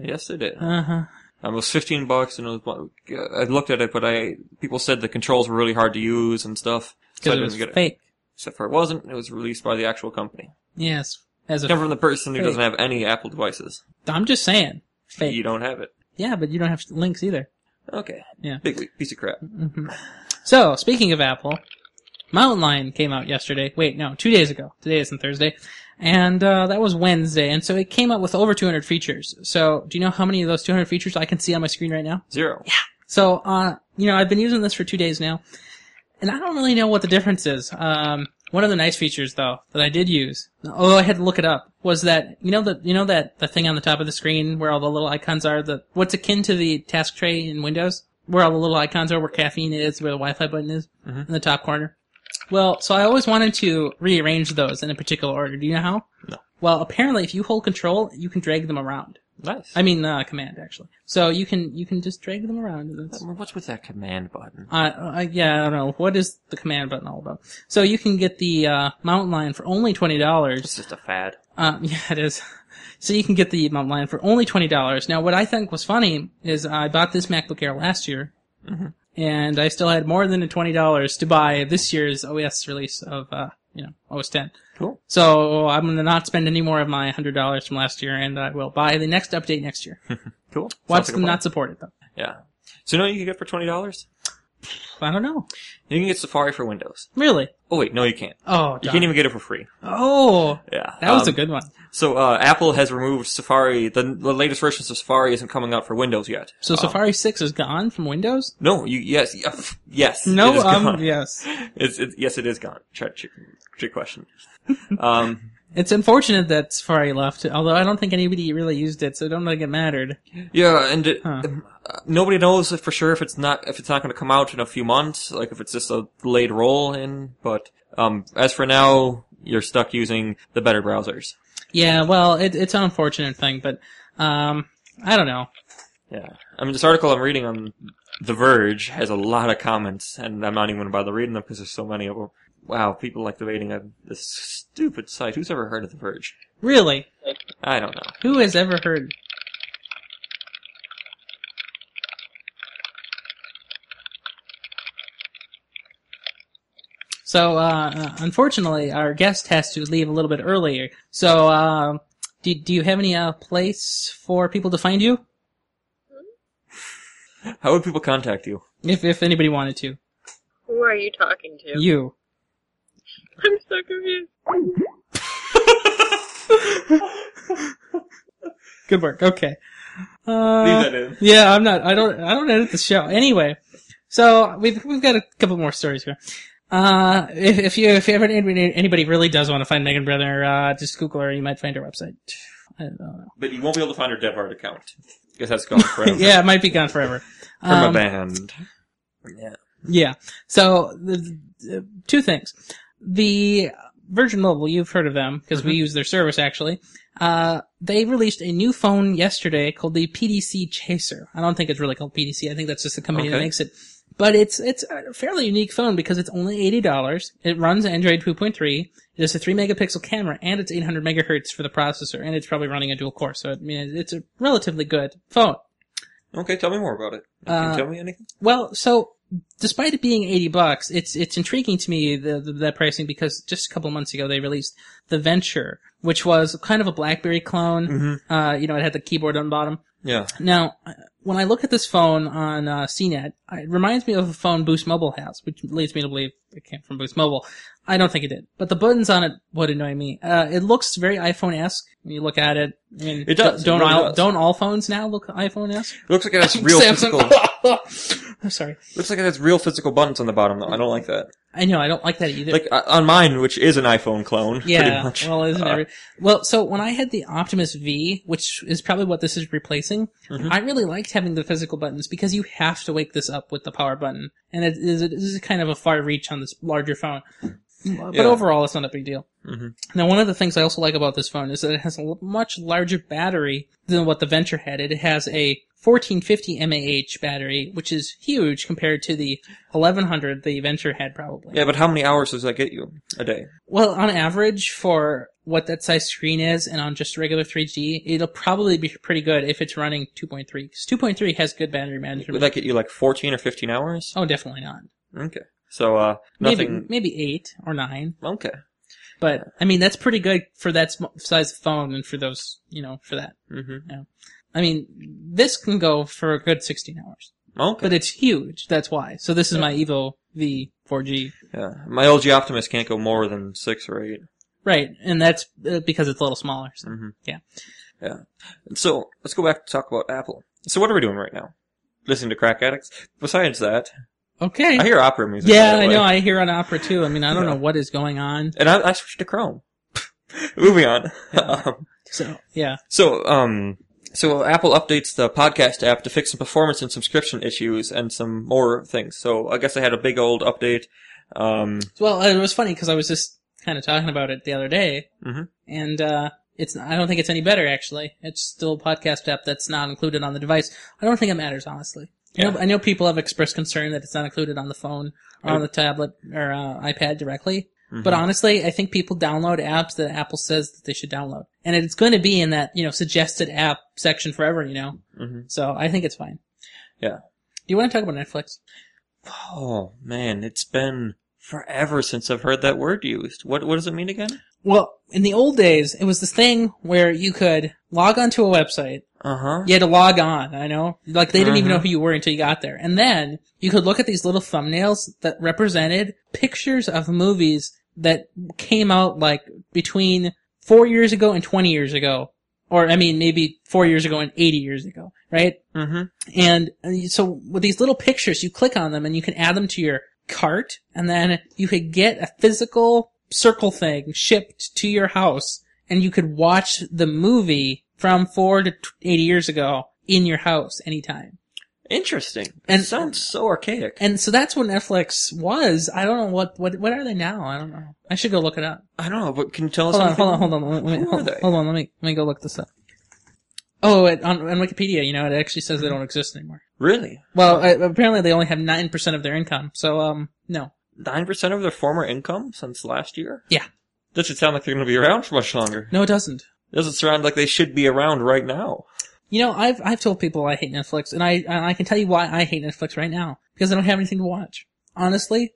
S2: Yes, they did.
S1: Uh huh.
S2: Um, it was fifteen bucks, and it was. I looked at it, but I people said the controls were really hard to use and stuff.
S1: Because
S2: I
S1: it was
S2: didn't get
S1: fake.
S2: Except for it wasn't. It was released by the actual company.
S1: Yes. As a,
S2: Come from the person who
S1: Fake.
S2: doesn't have any Apple devices.
S1: I'm just saying. Fake.
S2: You don't have it.
S1: Yeah, but you don't have links either.
S2: Okay.
S1: Yeah.
S2: Big leak. piece of crap.
S1: So, speaking of Apple, Mountain Lion came out yesterday. Wait, no, two days ago. Today isn't Thursday. And uh, that was Wednesday. And so it came out with over 200 features. So, do you know how many of those 200 features I can see on my screen right now?
S2: Zero.
S1: So, uh, you know, I've been using this for two days now, and I don't really know what the difference is. Um, one of the nice features, though, that I did use, although I had to look it up, was that you know the you know that the thing on the top of the screen where all the little icons are, the what's akin to the task tray in Windows, where all the little icons are, where caffeine is, where the Wi-Fi button is,
S2: Mhm.
S1: in the top corner. Well, so I always wanted to rearrange those in a particular order. Do you know how?
S2: No.
S1: Well, apparently, if you hold Control, you can drag them around.
S2: Nice.
S1: I mean, uh, Command actually. So you can you can just drag them around. and that's-
S2: What's with that command button?
S1: uh, uh, yeah, I don't know. What is the command button all about? So you can get the uh, mountain lion for only twenty
S2: It's
S1: dollars.
S2: just a fad.
S1: Uh, yeah, it is. So you can get the mountain lion for only twenty dollars. Now, what I think was funny is I bought this MacBook Air last year,
S2: Mm-hmm.
S1: and I still had more than the twenty dollars to buy this year's OS release of uh, you know OS ten.
S2: Cool.
S1: So I'm gonna not spend any more of my hundred dollars from last year, and I will buy the next update next year.
S2: Cool.
S1: Watch
S2: Sounds like a
S1: them
S2: plan.
S1: not support it though.
S2: Yeah. So you know what you can get for twenty dollars?
S1: I don't know.
S2: You can get Safari for Windows.
S1: Really?
S2: Oh wait, no, you can't.
S1: Oh,
S2: You
S1: darn.
S2: can't even get it for free.
S1: oh,
S2: Yeah.
S1: that was
S2: Um,
S1: a good one.
S2: So uh, Apple has removed Safari. The, the latest versions of Safari isn't coming out for Windows yet.
S1: So
S2: Um,
S1: Safari 6 is gone from Windows?
S2: No, you yes yeah, pff, yes. it
S1: No,
S2: is
S1: um,
S2: gone.
S1: yes.
S2: It's, it, yes, it is gone. Trick, trick, trick question. um,
S1: It's unfortunate that Safari left, although I don't think anybody really used it, so I don't think it mattered.
S2: Yeah, and it,
S1: Huh.
S2: um, uh, nobody knows if for sure if it's not if it's not going to come out in a few months, like if it's just a delayed roll in. But um, as for now, you're stuck using the better browsers.
S1: Yeah, well, it, it's an unfortunate thing, but um, I don't know.
S2: Yeah, I mean this article I'm reading on The Verge has a lot of comments, and I'm not even going to bother reading them because there's so many of them. Wow, people like debating on this stupid site. Who's ever heard of The Verge?
S1: Really,
S2: I don't know.
S1: who has ever heard? So, uh, unfortunately, our guest has to leave a little bit earlier. So, uh, do, do you have any uh, place for people to find you?
S2: How would people contact you?
S1: If, if anybody wanted to.
S3: Who are you talking to?
S1: You.
S3: I'm so confused.
S1: Good work. Okay. Uh,
S2: Leave that in.
S1: Yeah, I'm not. I don't. I don't edit the show anyway. So we've we've got a couple more stories here. Uh, if if you if ever anybody, anybody really does want to find Megan Brother, uh, just Google her. You might find her website. I don't know.
S2: But you won't be able to find her DevArt account. Guess that's gone forever.
S1: yeah, it might be gone forever. Um,
S2: Permaband. yeah.
S1: Yeah. So the, the, two things. The Virgin Mobile, you've heard of them because we use their service actually. Uh, they released a new phone yesterday called the PDC Chaser. I don't think it's really called PDC. I think that's just the company that
S2: Okay.
S1: makes it. But it's it's a fairly unique phone because it's only eighty dollars. It runs Android two point three. It has a three megapixel camera and it's eight hundred megahertz for the processor, and it's probably running a dual core. So I mean, it's a relatively good phone.
S2: Okay, tell me more about it. Can
S1: Uh,
S2: you tell me anything?
S1: Well, so despite it being eighty bucks, it's it's intriguing to me the, the, that pricing because just a couple months ago they released the Venture, which was kind of a BlackBerry clone.
S2: Mhm.
S1: Uh, you know, it had the keyboard on bottom.
S2: Yeah.
S1: Now, uh, when I look at this phone on uh, CNET, I- it reminds me of a phone Boost Mobile has, which leads me to believe it came from Boost Mobile. I don't think it did, but the buttons on it would annoy me. Uh, it looks very iPhone-esque when you look at it. I mean,
S2: It does. It
S1: Don't
S2: really
S1: all,
S2: does.
S1: don't all phones now look iPhone-esque?
S2: It looks like it has real physical.
S1: Samsung. I'm sorry.
S2: looks like it has real physical buttons on the bottom though. I don't like that.
S1: I know. I don't like that either.
S2: Like uh, on mine, which is an iPhone clone. Pretty
S1: yeah.
S2: much.
S1: Well, isn't
S2: Uh,
S1: every well? So when I had the Optimus V, which is probably what this is replacing,
S2: Mhm.
S1: I really liked having the physical buttons because you have to wake this up with the power button, and it is, it is kind of a far reach on this larger phone. But
S2: Yeah.
S1: overall, it's not a big deal.
S2: mhm.
S1: Now, one of the things I also like about this phone is that it has a l- much larger battery than what the Venture had. It has a 1450 mAh battery, which is huge compared to the 1100 the Venture had probably.
S2: Yeah, but how many hours does that get you a day?
S1: Well, on average, for what that size screen is, and on just regular 3G, it'll probably be pretty good if it's running 2.3. Because 2.3 has good battery management.
S2: Would that get you like fourteen or fifteen hours?
S1: oh, definitely not.
S2: Okay. So uh, nothing.
S1: Maybe maybe eight or nine.
S2: Okay.
S1: But I mean, that's pretty good for that sm- size phone and for those, you know, for that.
S2: hmm
S1: I mean, this can go for a good 16 hours,
S2: Okay.
S1: but it's huge. That's why. So this is my Evo V 4G.
S2: yeah. My LG Optimus can't go more than six or eight.
S1: Right, and that's uh, because it's a little smaller. So.
S2: Mm-hmm.
S1: Yeah.
S2: Yeah. So let's go back to talk about Apple. So what are we doing right now? Listening to Crack Addicts. Besides that,
S1: Okay.
S2: I hear opera music.
S1: yeah,
S2: by the
S1: I
S2: way.
S1: know. I hear on Opera too. I mean, I don't
S2: Yeah.
S1: know what is going on.
S2: And I, I switched to Chrome. Moving on.
S1: Yeah.
S2: Um,
S1: So yeah.
S2: so, um, so Apple updates the podcast app to fix some performance and subscription issues and some more things. So I guess I had a big old update. Um,
S1: Well, it was funny because I was just kind of talking about it the other day,
S2: Mhm.
S1: and uh, it's I don't think it's any better actually. It's still a podcast app that's not included on the device. I don't think it matters honestly. I, know,
S2: Yeah.
S1: I know people have expressed concern that it's not included on the phone or on the tablet or uh, iPad directly, but
S2: mhm.
S1: honestly, I think people download apps that Apple says that they should download, and it's going to be in that you know suggested app section forever. You know,
S2: Mhm.
S1: so I think it's fine. Do
S2: Yeah.
S1: you want to talk about Netflix?
S2: oh man, it's been forever since I've heard that word used. What what does it mean again?
S1: Well, in the old days, it was this thing where you could log onto a website.
S2: Uh huh.
S1: You had to log on, I know. Like, they didn't even
S2: Mhm.
S1: know who you were until you got there. And then you could look at these little thumbnails that represented pictures of movies that came out, like, between four years ago and 20 years ago. Or, I mean, maybe four years ago and 80 years ago, right?
S2: Mm-hmm.
S1: And uh, so with these little pictures, you click on them and you can add them to your cart and then you could get a physical circle thing shipped to your house and you could watch the movie from four to t- 80 years ago in your house anytime.
S2: Interesting.
S1: And-
S2: it sounds so archaic.
S1: And so that's what Netflix was. I don't know what, what, what are they now? I don't know. I should go look it up.
S2: I don't know, but can you tell us
S1: Hold on,
S2: something?
S1: hold on, hold on. Let me,
S2: Who are
S1: hold,
S2: they?
S1: hold on, let me, let me go look this up. Oh, it, on, on Wikipedia, you know, it actually says they don't exist anymore.
S2: Really?
S1: Well, I, apparently they only have 9% of their income. So, um, no.
S2: Nine percent of their former income since last year?
S1: Yeah.
S2: Doesn't sound like they're going to be around for much longer.
S1: No, it doesn't.
S2: Doesn't sound like they should be around right now.
S1: You know, I've I've told people I hate Netflix, and I and I can tell you why I hate Netflix right now because I don't have anything to watch. Honestly,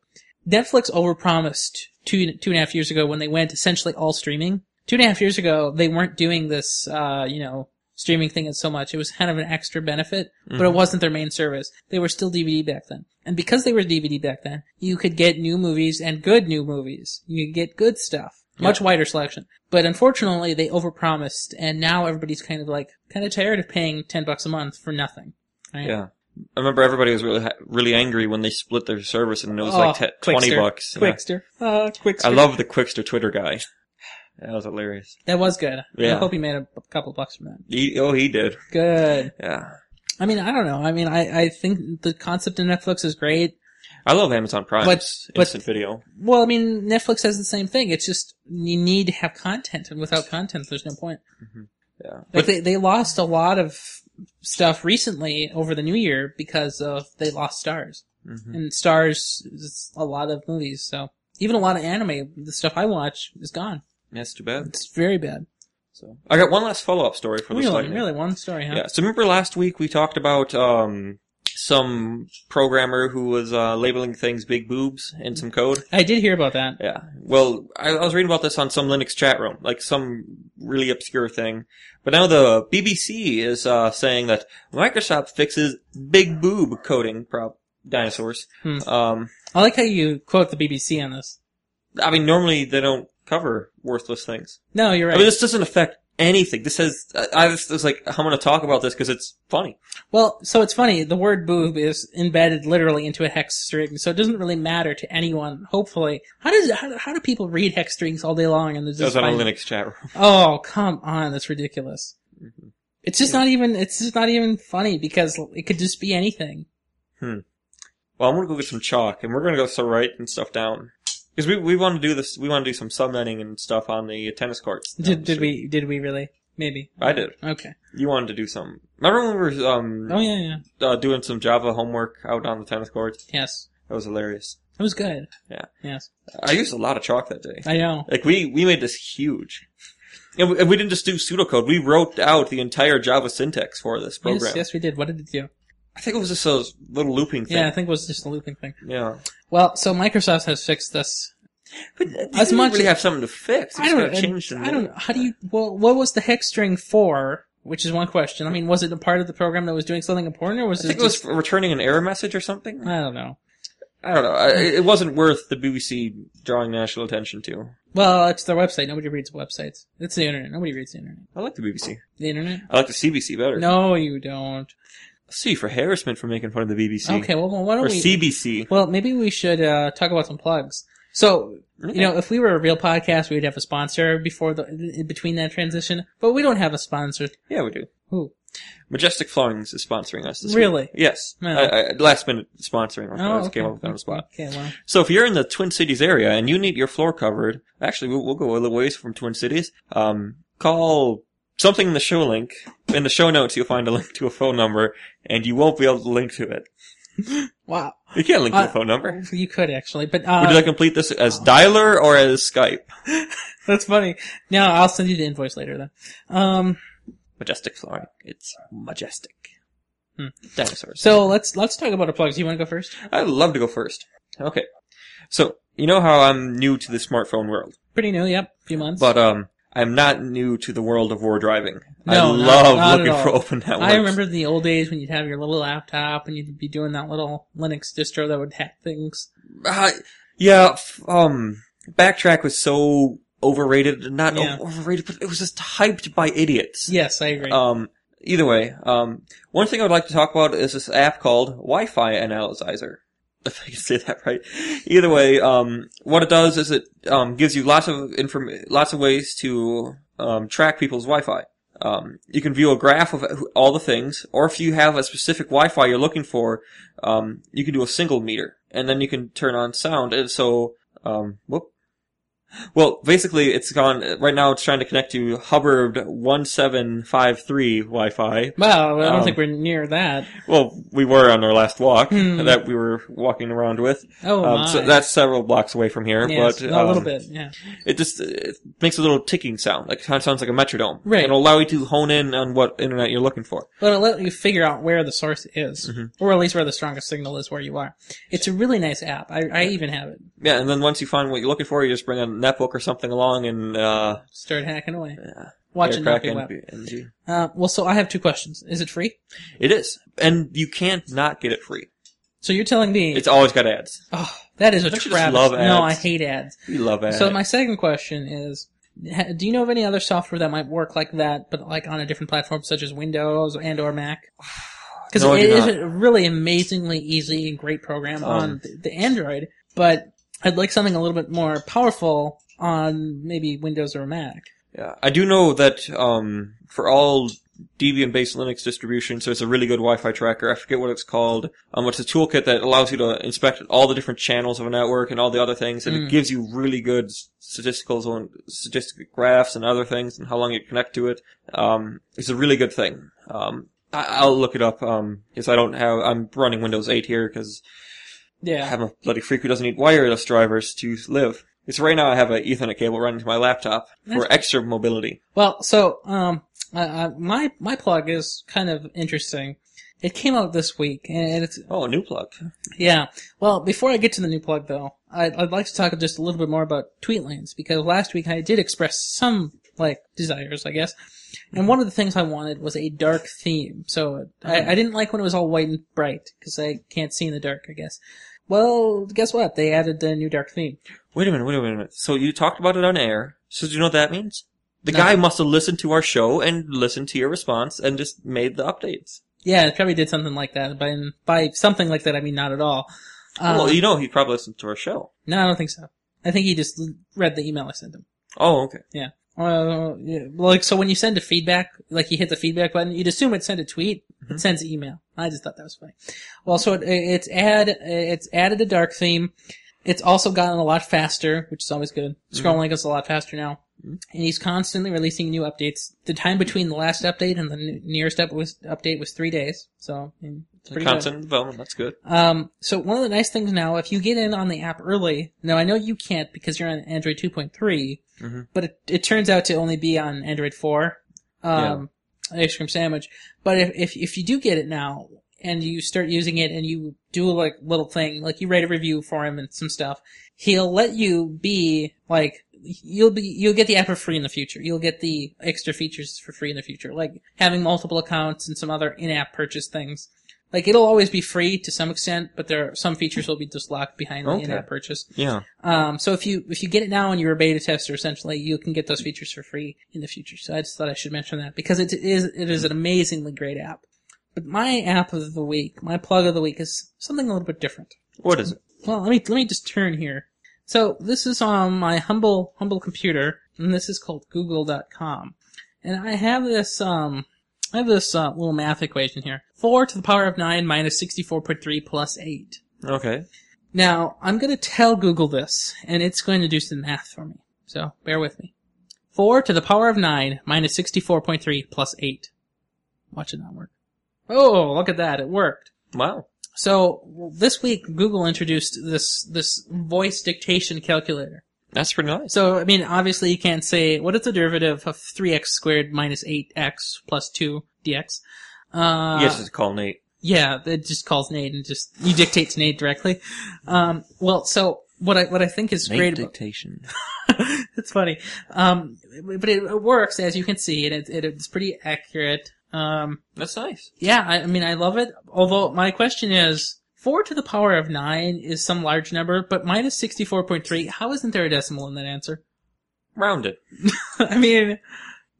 S1: Netflix overpromised two two and a half years ago when they went essentially all streaming. Two and a half years ago, they weren't doing this, uh, you know, streaming thing so much. It was kind of an extra benefit, but it
S2: Mhm.
S1: wasn't their main service. They were still DVD back then, and because they were DVD back then, you could get new movies and good new movies. You could get good stuff, much wider selection. But unfortunately, they overpromised, and now everybody's kind of like kind of tired of paying ten bucks a month for nothing. right?
S2: Yeah. I remember everybody was really ha- really angry when they split their service and it was like
S1: Oh,
S2: te- 20
S1: Quickster.
S2: bucks. Yeah.
S1: Quickster, uh, Quickster.
S2: I love the Quickster Twitter guy. That was hilarious.
S1: that was good. I
S2: Yeah.
S1: hope he made a couple bucks from that.
S2: He, oh, he did.
S1: Good.
S2: Yeah.
S1: I mean, I don't know. I mean, I I think the concept of Netflix is great.
S2: I love Amazon Prime.
S1: But- but-
S2: instant video.
S1: Well, I mean, Netflix has the same thing. It's just you need to have content, and without content, there's no point.
S2: Yeah.
S1: Like
S2: But
S1: they they lost a lot of stuff recently over the new year because of they lost stars,
S2: Mhm.
S1: and stars is a lot of movies. So even a lot of anime, the stuff I watch is gone.
S2: that's too bad.
S1: It's very bad.
S2: So I got one last follow up story for this.
S1: Really,
S2: lightning.
S1: really one story, huh?
S2: Yeah. So remember last week we talked about um some programmer who was uh, labeling things big boobs in some code.
S1: I did hear about that.
S2: Yeah. Well, I, I was reading about this on some Linux chat room, like some really obscure thing. But now the BBC is uh, saying that Microsoft fixes big boob coding prob dinosaurs.
S1: Hmm.
S2: Um,
S1: I like how you quote the BBC on this.
S2: I mean, normally they don't cover worthless things.
S1: No, you're
S2: I mean,
S1: right.
S2: this doesn't affect anything. This has. I, I just was like, I'm going to talk about this because it's funny.
S1: Well, so it's funny. The word boob is embedded literally into a hex string, so it doesn't really matter to anyone. Hopefully, how does how, how do people read hex strings all day long and they're
S2: That
S1: just
S2: was on a
S1: fine-
S2: Linux chat room.
S1: Oh, come on, that's ridiculous.
S2: Mhm.
S1: It's just not even it's just not even funny because it could just be anything.
S2: Well, I'm going to go get some chalk and we're going to go start writing stuff down. Because we, we want to do this, we want to do some subnetting and stuff on the tennis courts.
S1: Did did we did we really? Maybe.
S2: I did.
S1: Okay.
S2: You wanted to do something. Remember when we were um,
S1: Oh yeah, yeah.
S2: uh, doing some Java homework out on the tennis court?
S1: Yes.
S2: That was hilarious.
S1: It was good.
S2: Yeah.
S1: Yes.
S2: I used a lot of chalk that day.
S1: I know.
S2: Like we we made this huge, and we, and we didn't just do pseudocode. We wrote out the entire Java syntax for this program.
S1: Yes, yes we did. What did it do?
S2: I think it was just a little looping thing.
S1: Yeah, I think it was just a looping thing.
S2: Yeah.
S1: Well, so Microsoft has fixed this
S2: But they
S1: As
S2: didn't
S1: much
S2: really
S1: as-
S2: have something to fix.
S1: I don't.
S2: to change the
S1: I don't. How do you? Well, what was the hex string for? Which is one question. I mean, was it a part of the program that was doing something important, or was it?
S2: I think it was
S1: just,
S2: for returning an error message or something.
S1: I don't know.
S2: I don't know. I, it wasn't worth the BBC drawing national attention to.
S1: Well, it's their website. Nobody reads websites. It's the internet. Nobody reads the internet.
S2: I like the BBC.
S1: The internet?
S2: I like the CBC better.
S1: No, you don't.
S2: C for harassment for making fun of the BBC.
S1: Okay. Well, well, why
S2: Or
S1: don't we?
S2: CBC.
S1: Well, maybe we should uh, talk about some plugs. So, you know, if we were a real podcast, we would have a sponsor before the in between that transition, but we don't have a sponsor.
S2: Yeah, we do.
S1: Who?
S2: Majestic Flowings is sponsoring us this week.
S1: Really?
S2: Yes.
S1: Yeah.
S2: I, I, last minute sponsoring. I just came up with that on the spot.
S1: Oh, Okay. Well,
S2: So if you're in the Twin Cities area and you need your floor covered, actually, we'll, we'll go a little ways from Twin Cities. Um, call something in the show link. In the show notes, you'll find a link to a phone number, and you won't be able to link to it.
S1: wow.
S2: You can't link
S1: Uh,
S2: to a phone number.
S1: You could actually, but uh,
S2: Would you like to complete this as dialer or as Skype?
S1: That's funny. Now I'll send you the invoice later then. Um,
S2: Majestic flooring. It's majestic.
S1: Hmm.
S2: Dinosaurs.
S1: so let's let's talk about our plugs. You want to go first?
S2: I'd love to go first. Okay. So, you know how I'm new to the smartphone world,
S1: Pretty new. Yep, few months.
S2: but um, I'm not new to the world of war driving. I
S1: No, not-
S2: love
S1: not at
S2: looking for
S1: all.
S2: open networks.
S1: I remember the old days when you'd have your little laptop and you'd be doing that little Linux distro that would hack things.
S2: Uh, yeah, f- um, Backtrack was so overrated, not o-
S1: Yeah.
S2: overrated, but it was just hyped by idiots.
S1: Yes, I agree.
S2: Um, either way, um, one thing I would like to talk about is this app called Wi-Fi Analyzer. if I can say that right. Either way, um, what it does is it um, gives you lots of inform- lots of ways to um, track people's Wi-Fi. Um, you can view a graph of all the things, or if you have a specific Wi-Fi you're looking for, um, you can do a single meter, and then you can turn on sound. And so, um, whoop. Well, basically, it's gone right now. It's trying to connect to Hubbard one seven five three Wi-Fi.
S1: Well, I don't
S2: Um,
S1: think we're near that.
S2: Well, we were on our last walk
S1: Hmm.
S2: that we were walking around with.
S1: Oh my.
S2: Um, so that's several blocks away from here,
S1: Yes,
S2: but
S1: no, a little
S2: um,
S1: bit. Yeah.
S2: It just it makes a little ticking sound, like kind of sounds like a metronome.
S1: Right.
S2: It'll allow you to hone in on what internet you're looking for.
S1: But it'll let you figure out where the source is,
S2: Mhm.
S1: or at least where the strongest signal is where you are. It's a really nice app. I, I even have it.
S2: Yeah, and then once you find what you're looking for, you just bring a netbook or something along and uh,
S1: Start hacking away.
S2: yeah,
S1: Watch it not
S2: aircrack
S1: be
S2: and-
S1: wet.
S2: and do-
S1: Uh, well, so I have two questions. Is it free?
S2: It is, and you can't not get it free.
S1: So you're telling me
S2: It's always got ads.
S1: oh, that is a
S2: Don't you just
S1: travesty.
S2: love
S1: No, I
S2: ads?
S1: hate ads.
S2: We love ads.
S1: So my second question is, ha- do you know of any other software that might work like that, but like on a different platform such as Windows and or Mac? Because
S2: No, I
S1: it
S2: do
S1: is
S2: not.
S1: a really amazingly easy and great program on
S2: Um,
S1: the, the Android, but I'd like something a little bit more powerful on maybe Windows or Mac.
S2: Yeah, I do know that um, for all Debian-based Linux distributions, there's a really good Wi-Fi tracker. I forget what it's called. Um, it's a toolkit that allows you to inspect all the different channels of a network and all the other things, and
S1: Mm.
S2: it gives you really good s- statisticals on statistic graphs and other things and how long you connect to it. Um, it's a really good thing. Um, I- I'll look it up um, because I don't have. I'm running Windows 8 here because I
S1: Yeah.
S2: have a bloody freak who doesn't need wireless drivers to live. Because right now I have an Ethernet cable running to my laptop
S1: That's-
S2: for extra mobility.
S1: Well, so um, uh, uh, my my plug is kind of interesting. It came out this week, and it's
S2: Oh, a new plug.
S1: Yeah. Well, before I get to the new plug, though, I'd, I'd like to talk just a little bit more about Tweetlanes because last week I did express some like desires, I guess. And one of the things I wanted was a dark theme. So
S2: Mm-hmm.
S1: I, I didn't like when it was all white and bright because I can't see in the dark, I guess. Well, guess what? They added the new dark theme.
S2: Wait a minute, wait a minute. So you talked about it on air. So do you know what that means? The
S1: No.
S2: guy must have listened to our show and listened to your response and just made the updates.
S1: Yeah, it probably did something like that, but in, by something like that, I mean not at all. Um,
S2: well, you know, he probably listened to our show.
S1: no, I don't think so. I think he just l- read the email I sent him.
S2: Oh, okay.
S1: Uh, yeah, like so when you send a feedback, like you hit the feedback button, you'd assume it sent a tweet.
S2: Mhm.
S1: It sends email. I just thought that was funny. Well, so it, it's add it's added a dark theme. It's also gotten a lot faster, which is always good. Scrolling is a lot faster now,
S2: Mhm.
S1: and he's constantly releasing new updates. The time between the last update and the n- nearest up was, update was three days, so mm, it's pretty good.
S2: Constant development, that's good.
S1: Um, so one of the nice things now, if you get in on the app early, now I know you can't because you're on Android 2.3,
S2: Mhm.
S1: but it, it turns out to only be on Android 4, um, ice cream sandwich. But if, if, if you do get it now and you start using it and you do a like little thing, like you write a review for him and some stuff, he'll let you be like, you'll be, you'll get the app for free in the future. You'll get the extra features for free in the future, like having multiple accounts and some other in-app purchase things. Like it'll always be free to some extent, but there are some features will be just locked behind the
S2: Okay.
S1: in-app purchase.
S2: Yeah.
S1: Um, so if you if you get it now and you're a beta tester, essentially you can get those features for free in the future. So I just thought I should mention that because it is it is an amazingly great app. But my app of the week, my plug of the week, is something a little bit different.
S2: What is it?
S1: Well, let me let me just turn here. So this is on my humble humble computer, and this is called Google.com, and I have this um I have this uh, little math equation here: four to the power of nine minus sixty-four point three plus eight.
S2: Okay.
S1: Now, I'm going to tell Google this, and it's going to do some math for me. So, bear with me. 4 to the power of 9 minus 64.3 plus 8. Watch it not work. Oh, look at that. It worked.
S2: Wow.
S1: So, well, this week, Google introduced this, this voice dictation calculator.
S2: That's pretty nice.
S1: So, I mean, obviously you can't say, what is the derivative of 3x squared minus 8x plus 2 dx? Uh,
S2: yes, it's call Nate.
S1: yeah, it just calls Nate and just you dictate to Nate directly. Um, well, so what I what I think is great about
S2: dictation.
S1: it's funny, um, but it, it works as you can see, and it, it, it's pretty accurate. Um,
S2: That's nice.
S1: yeah, I, I mean I love it. Although my question is, four to the power of nine is some large number, but minus sixty four point three. How isn't there a decimal in that answer?
S2: Rounded.
S1: I mean,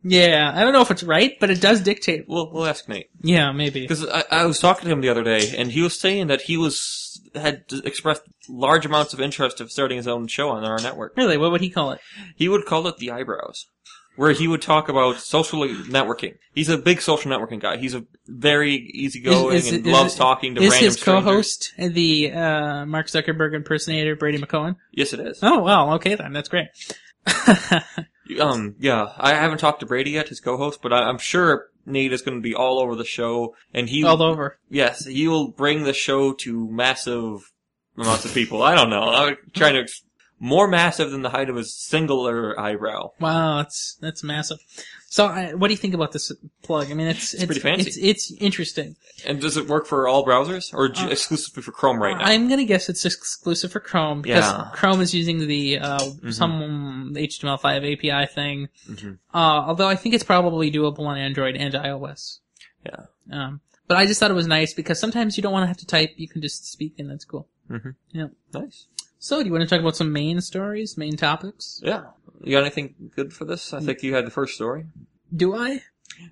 S1: yeah, I don't know if it's right, but it does dictate.
S2: We'll, we'll ask Nate.
S1: Yeah, maybe.
S2: Because I, I was talking to him the other day, and he was saying that he was had d- expressed large amounts of interest of starting his own show on our network.
S1: Really, what would he call it?
S2: He would call it the eyebrows, where he would talk about social networking. He's a big social networking guy. He's a very easygoing
S1: Is- is-
S2: and
S1: is-
S2: loves talking to
S1: Is
S2: random
S1: his
S2: strangers.
S1: co-host the uh, Mark Zuckerberg impersonator Brady McCohen?
S2: Yes, it is.
S1: Oh well, okay then, that's great.
S2: Um, yeah, I haven't talked to Brady yet, his co-host, but I, I'm sure Nate is going to be all over the show, and he,
S1: All over.
S2: yes, he will bring the show to massive amounts of people. I don't know. I'm trying to ex- more massive than the height of his singular eyebrow.
S1: Wow, that's that's massive. So, I, what do you think about this plug? I mean, it's it's
S2: pretty fancy.
S1: It's, it's interesting.
S2: And does it work for all browsers, or j-
S1: Uh,
S2: exclusively for Chrome right now?
S1: I'm gonna guess it's exclusive for Chrome because
S2: Yeah. Mm-hmm.
S1: Chrome is using the uh, some HTML5 API thing.
S2: hmm
S1: Uh, although I think it's probably doable on Android and iOS.
S2: Yeah.
S1: Um, but I just thought it was nice because sometimes you don't want to have to type; you can just speak, and that's cool.
S2: Nice.
S1: So, do you want to talk about some main stories, main topics?
S2: Yeah. You got anything good for this? I think you had the first story.
S1: Do I?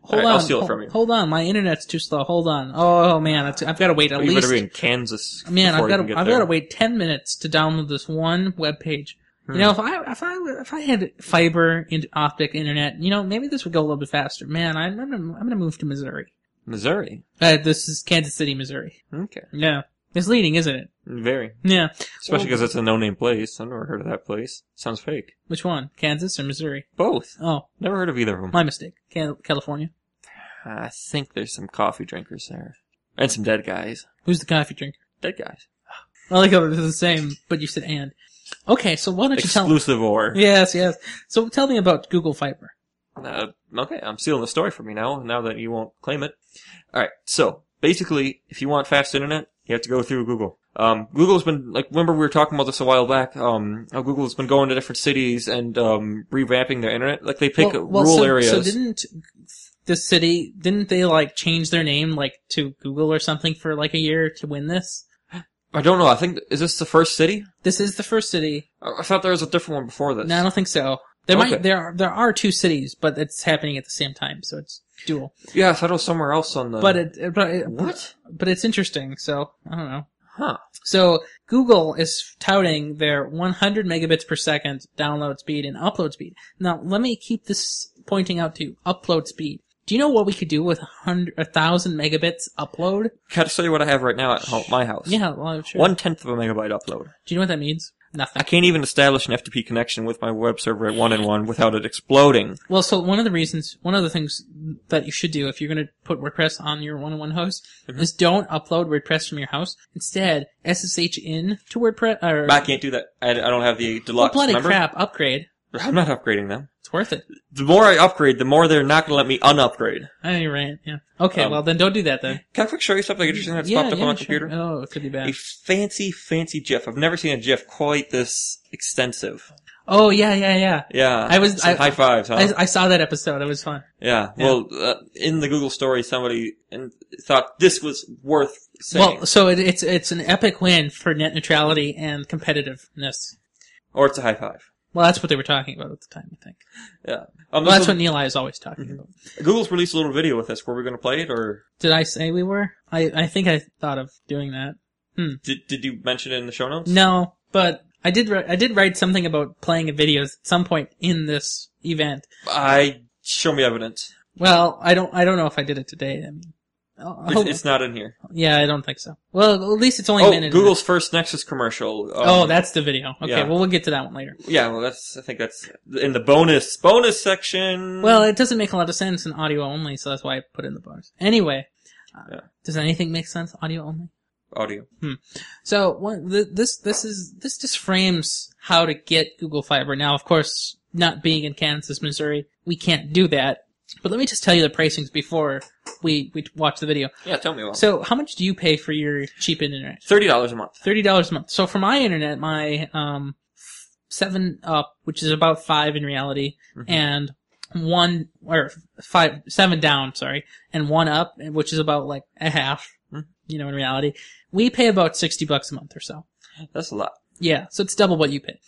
S1: Hold
S2: right,
S1: on.
S2: I'll steal it
S1: hold,
S2: from you.
S1: hold on, my internet's too slow. Hold on. Oh man, it's, I've got to wait at
S2: you
S1: least.
S2: better be in Kansas.
S1: Man,
S2: before
S1: I've
S2: you
S1: got
S2: can
S1: to
S2: get
S1: I've
S2: there.
S1: got to wait ten minutes to download this one web page.
S2: Hmm.
S1: You know, if I if I if I had fiber in, optic internet, you know, maybe this would go a little bit faster. Man, I'm I'm gonna, I'm gonna move to Missouri.
S2: Missouri.
S1: Uh, this is Kansas City, Missouri.
S2: Okay.
S1: Yeah, misleading, isn't it?
S2: Very.
S1: Yeah.
S2: Especially
S1: Well-
S2: because it's a no-name place. I've never heard of that place. Sounds fake.
S1: Which one, Kansas or Missouri?
S2: Both.
S1: Oh,
S2: Never heard of either of them.
S1: my mistake. Cal- California.
S2: I think there's some coffee drinkers there. And some dead guys.
S1: Who's the coffee drinker?
S2: Dead guys.
S1: I like how they're the same, but you said and. Okay, so why don't you tell?
S2: Exclusive or.
S1: Yes, yes. So tell me about Google Fiber.
S2: Uh, okay, I'm stealing the story from you now, now that you won't claim it. Alright, so, basically, if you want fast internet, you have to go through Google. Um, Google's been, like, remember we were talking about this a while back, um, how Google's been going to different cities and, um, revamping their internet? Like, they pick
S1: Well-
S2: uh,
S1: well,
S2: rural
S1: so,
S2: areas.
S1: So didn't the city? Didn't they like change their name like to Google or something for like a year to win this?
S2: I don't know, I think, is this the first city?
S1: This is the first city.
S2: I I thought there was a different one before this.
S1: No, I don't think so. There
S2: Okay.
S1: might there are, there are two cities, but it's happening at the same time, so it's dual.
S2: Yeah, I thought it was somewhere else on the.
S1: But it, it- but it-
S2: What?
S1: But it's interesting. So I don't know.
S2: Huh.
S1: So Google is touting their 100 megabits per second download speed and upload speed. Now let me keep this pointing out to you. upload speed. Do you know what we could do with a hundred, a thousand megabits upload?
S2: Can I tell you what I have right now at home, my house?
S1: Yeah, well, sure.
S2: One tenth of a megabyte upload.
S1: Do you know what that means?
S2: I
S1: Nothing.
S2: can't even establish an FTP connection with my web server at one and one without it exploding.
S1: Well, so one of the reasons, one of the things that you should do if you're going to put WordPress on your one-on-one host
S2: Mhm.
S1: is don't upload WordPress from your house. Instead, SSH in to WordPress. Or,
S2: But I can't do that. I, I don't have the
S1: well,
S2: deluxe.
S1: bloody
S2: remember?
S1: crap! Upgrade.
S2: I'm not upgrading them.
S1: It's worth it.
S2: The more I upgrade, the more they're not going to let me unupgrade.
S1: I know you're right. Yeah. Okay.
S2: Um,
S1: well, then don't do that then.
S2: Can I quick show you something interesting that's
S1: yeah,
S2: popped up
S1: yeah,
S2: on my
S1: sure.
S2: computer?
S1: Oh, it could be
S2: A
S1: bad.
S2: fancy, fancy GIF. I've never seen a GIF quite this extensive.
S1: Oh yeah, yeah, yeah.
S2: Yeah.
S1: I was-
S2: Some
S1: I-
S2: high fives, huh?
S1: I, I saw that episode. It was fun.
S2: Yeah.
S1: Yeah.
S2: Well, uh, in the Google story, somebody and thought this was worth saying,
S1: Well, so it, it's it's an epic win for net neutrality and competitiveness.
S2: or it's a high five.
S1: Well, that's what they were talking about at the time, I think.
S2: Um,
S1: Well,
S2: this
S1: that's
S2: was-
S1: what Neil is always talking
S2: Mhm.
S1: about.
S2: Google's released a little video with this. Were we going to play it, or
S1: Did I say we were? I, I think I thought of doing that.
S2: did did you mention it in the show notes?
S1: No, but I did write, I did write something about playing a video at some point in this event.
S2: I show me evidence.
S1: Well, I don't I don't know if I did it today. I mean, I
S2: It's,
S1: hope-
S2: it's not in here.
S1: yeah, I don't think so. Well, at least it's only a
S2: Oh,
S1: minute.
S2: Google's first Nexus commercial. Um,
S1: oh, that's the video. Okay,
S2: yeah.
S1: well we'll get to that one later.
S2: yeah. Well, that's I think that's in the bonus bonus section.
S1: Well, it doesn't make a lot of sense in audio only, so that's why I put it in the bars. Anyway, uh,
S2: Yeah.
S1: does anything make sense audio only?
S2: audio.
S1: So one, th- this this is this just frames how to get Google Fiber. Now, of course, not being in Kansas, Missouri, we can't do that. But let me just tell you the pricings before we we watch the video.
S2: Yeah, tell me about. it.
S1: So, how much do you pay for your cheap internet?
S2: Thirty dollars a month.
S1: Thirty dollars a month. So for my internet, my um seven up, which is about five in reality,
S2: Mhm.
S1: and one or five seven down, sorry, and one up, which is about like a half.
S2: Mhm.
S1: You know, in reality, we pay about sixty bucks a month or so.
S2: That's a lot.
S1: Yeah, so it's double what you pay.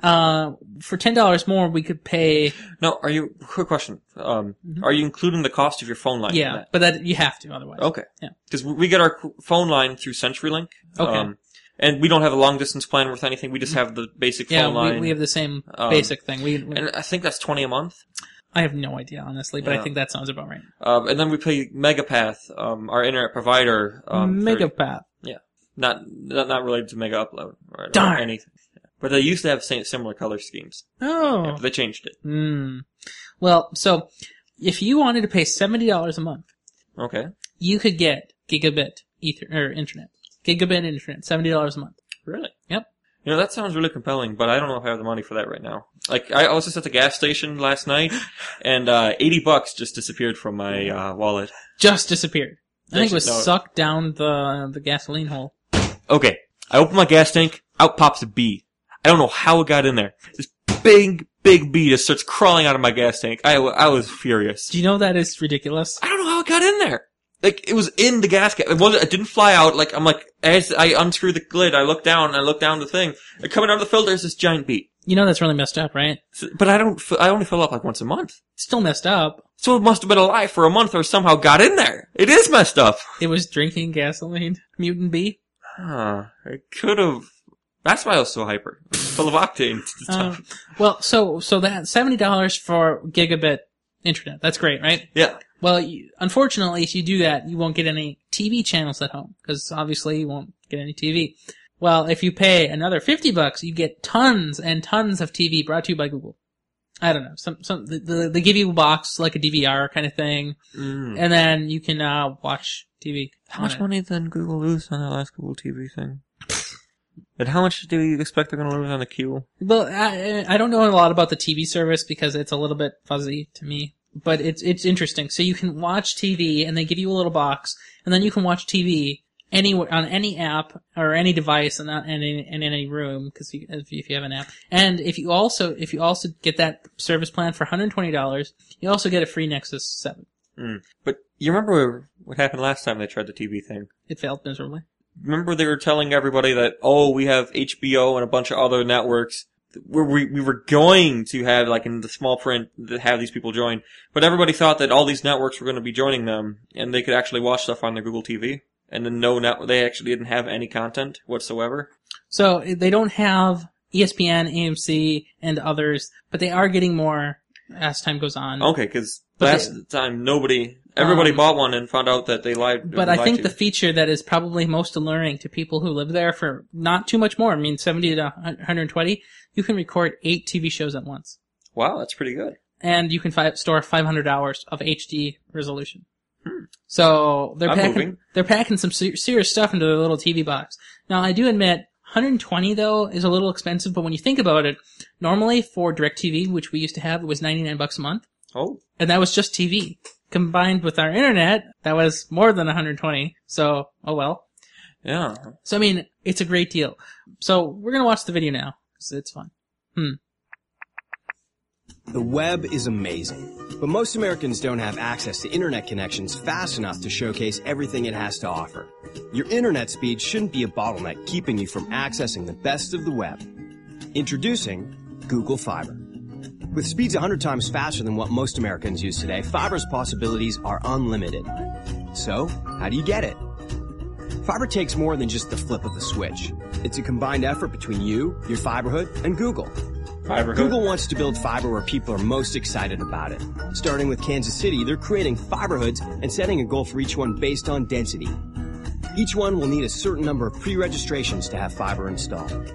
S1: Uh, for ten dollars more, we could pay.
S2: No, are you? Quick question. Um,
S1: Mhm.
S2: are you including the cost of your phone line? in
S1: yeah,
S2: that?
S1: but that you have to otherwise.
S2: Okay.
S1: Yeah.
S2: Because we get our phone line through CenturyLink.
S1: Okay. Mm-hmm.
S2: Um, and we don't have a long distance plan worth anything. We just have the basic
S1: Yeah,
S2: phone line.
S1: we, we have the same
S2: Um,
S1: basic thing. We, we-
S2: and I think that's twenty a month.
S1: I have no idea honestly, but I
S2: Yeah.
S1: think that sounds about right.
S2: Um, and then we pay Megapath, um, our internet provider. Um, for-
S1: Megapath.
S2: not, not not related to Mega Upload or, or
S1: Darn.
S2: anything. But they used to have same, similar color schemes.
S1: Oh.
S2: Yeah, but they changed it.
S1: Hmm. Well, so if you wanted to pay seventy dollars a month,
S2: Okay.
S1: you could get gigabit ether or internet, gigabit internet, seventy dollars a month.
S2: Really?
S1: Yep.
S2: You know, that sounds really compelling, but I don't know if I have the money for that right now. Like, I I was just at the gas station last night, and uh, 80 bucks just disappeared from my uh, wallet.
S1: Just disappeared. I
S2: They
S1: think it
S2: should
S1: was
S2: know it.
S1: sucked down the the gasoline hole.
S2: Okay. I open my gas tank, out pops a bee. I don't know how it got in there. This big, big bee just starts crawling out of my gas tank. I, wa- I was furious.
S1: Do you know that is ridiculous?
S2: I don't know how it got in there. Like, it was in the gas cap. It wasn't, it didn't fly out. Like, I'm like, as I unscrew the lid, I look down, I look down the thing. And coming out of the filter is this giant bee.
S1: You know that's really messed up, right?
S2: So- But I don't, f- I only fill up like once a month.
S1: Still messed up.
S2: So it must have been alive for a month or somehow got in there. It is messed up.
S1: It was drinking gasoline. Mutant bee.
S2: Huh. It could have. That's why I was so hyper. It was Full of octane. and stuff.
S1: Um, well, so so that seventy dollars for gigabit internet. That's great, right?
S2: yeah.
S1: Well, you, unfortunately, if you do that, you won't get any TV channels at home because obviously you won't get any TV. Well, if you pay another fifty bucks, you get tons and tons of TV brought to you by Google. I don't know, some some the, the, they give you a box like a DVR kind of thing,
S2: Mm.
S1: and then you can uh, watch TV.
S2: How
S1: on
S2: much
S1: it.
S2: money did Google lose on that last Google TV thing? and how much do you expect they're going to lose on the queue?
S1: Well, I, I don't know a lot about the TV service because it's a little bit fuzzy to me, but it's it's interesting. So you can watch TV, and they give you a little box, and then you can watch TV anywhere on any app or any device and not in, any- in any room because you, if, you- if you have an app, and if you also if you also get that service plan for 120 dollars, you also get a free Nexus Seven.
S2: But you remember what happened last time they tried the TV thing?
S1: It failed miserably.
S2: Remember they were telling everybody that, oh, we have HBO and a bunch of other networks. Where we, we were going to have, like, in the small print, that have these people join. But everybody thought that all these networks were going to be joining them, and they could actually watch stuff on their Google TV. And then no, net- they actually didn't have any content whatsoever.
S1: So eh, they don't have E ESPN, AMC, and others, but they are getting more as time goes on.
S2: Okay, because
S1: Mm-hmm. But
S2: last time nobody, everybody
S1: Um,
S2: bought one and found out that they lied.
S1: But
S2: lied
S1: I think
S2: to
S1: the
S2: you.
S1: feature that is probably most alluring to people who live there for not too much more, I mean 70 to 120, you can record eight TV shows at once.
S2: wow, that's pretty good.
S1: And you can fi- store 500 hours of HD resolution. So they're
S2: Hmm. I'm
S1: packing,
S2: moving.
S1: they're packing some ser- serious stuff into their little TV box. Now I do admit, 120 though is a little expensive, but when you think about it, normally for DirecTV, which we used to have, it was 99 bucks a month.
S2: Oh,
S1: And that was just TV. Combined with our internet, that was more than 120. So, oh well.
S2: yeah.
S1: So I mean, it's a great deal. So we're gonna watch the video now because it's fun.
S4: The web is amazing, but most Americans don't have access to internet connections fast enough to showcase everything it has to offer. Your internet speed shouldn't be a bottleneck keeping you from accessing the best of the web. Introducing Google Fiber. With speeds 100 times faster than what most Americans use today, fiber's possibilities are unlimited. So, how do you get it? Fiber takes more than just the flip of the switch. It's a combined effort between you, your fiberhood, and Google.
S2: Fiber
S4: Google wants to build fiber where people are most excited about it. Starting with Kansas City, they're creating fiber hoods and setting a goal for each one based on density. Each one will need a certain number of pre-registrations to have fiber installed.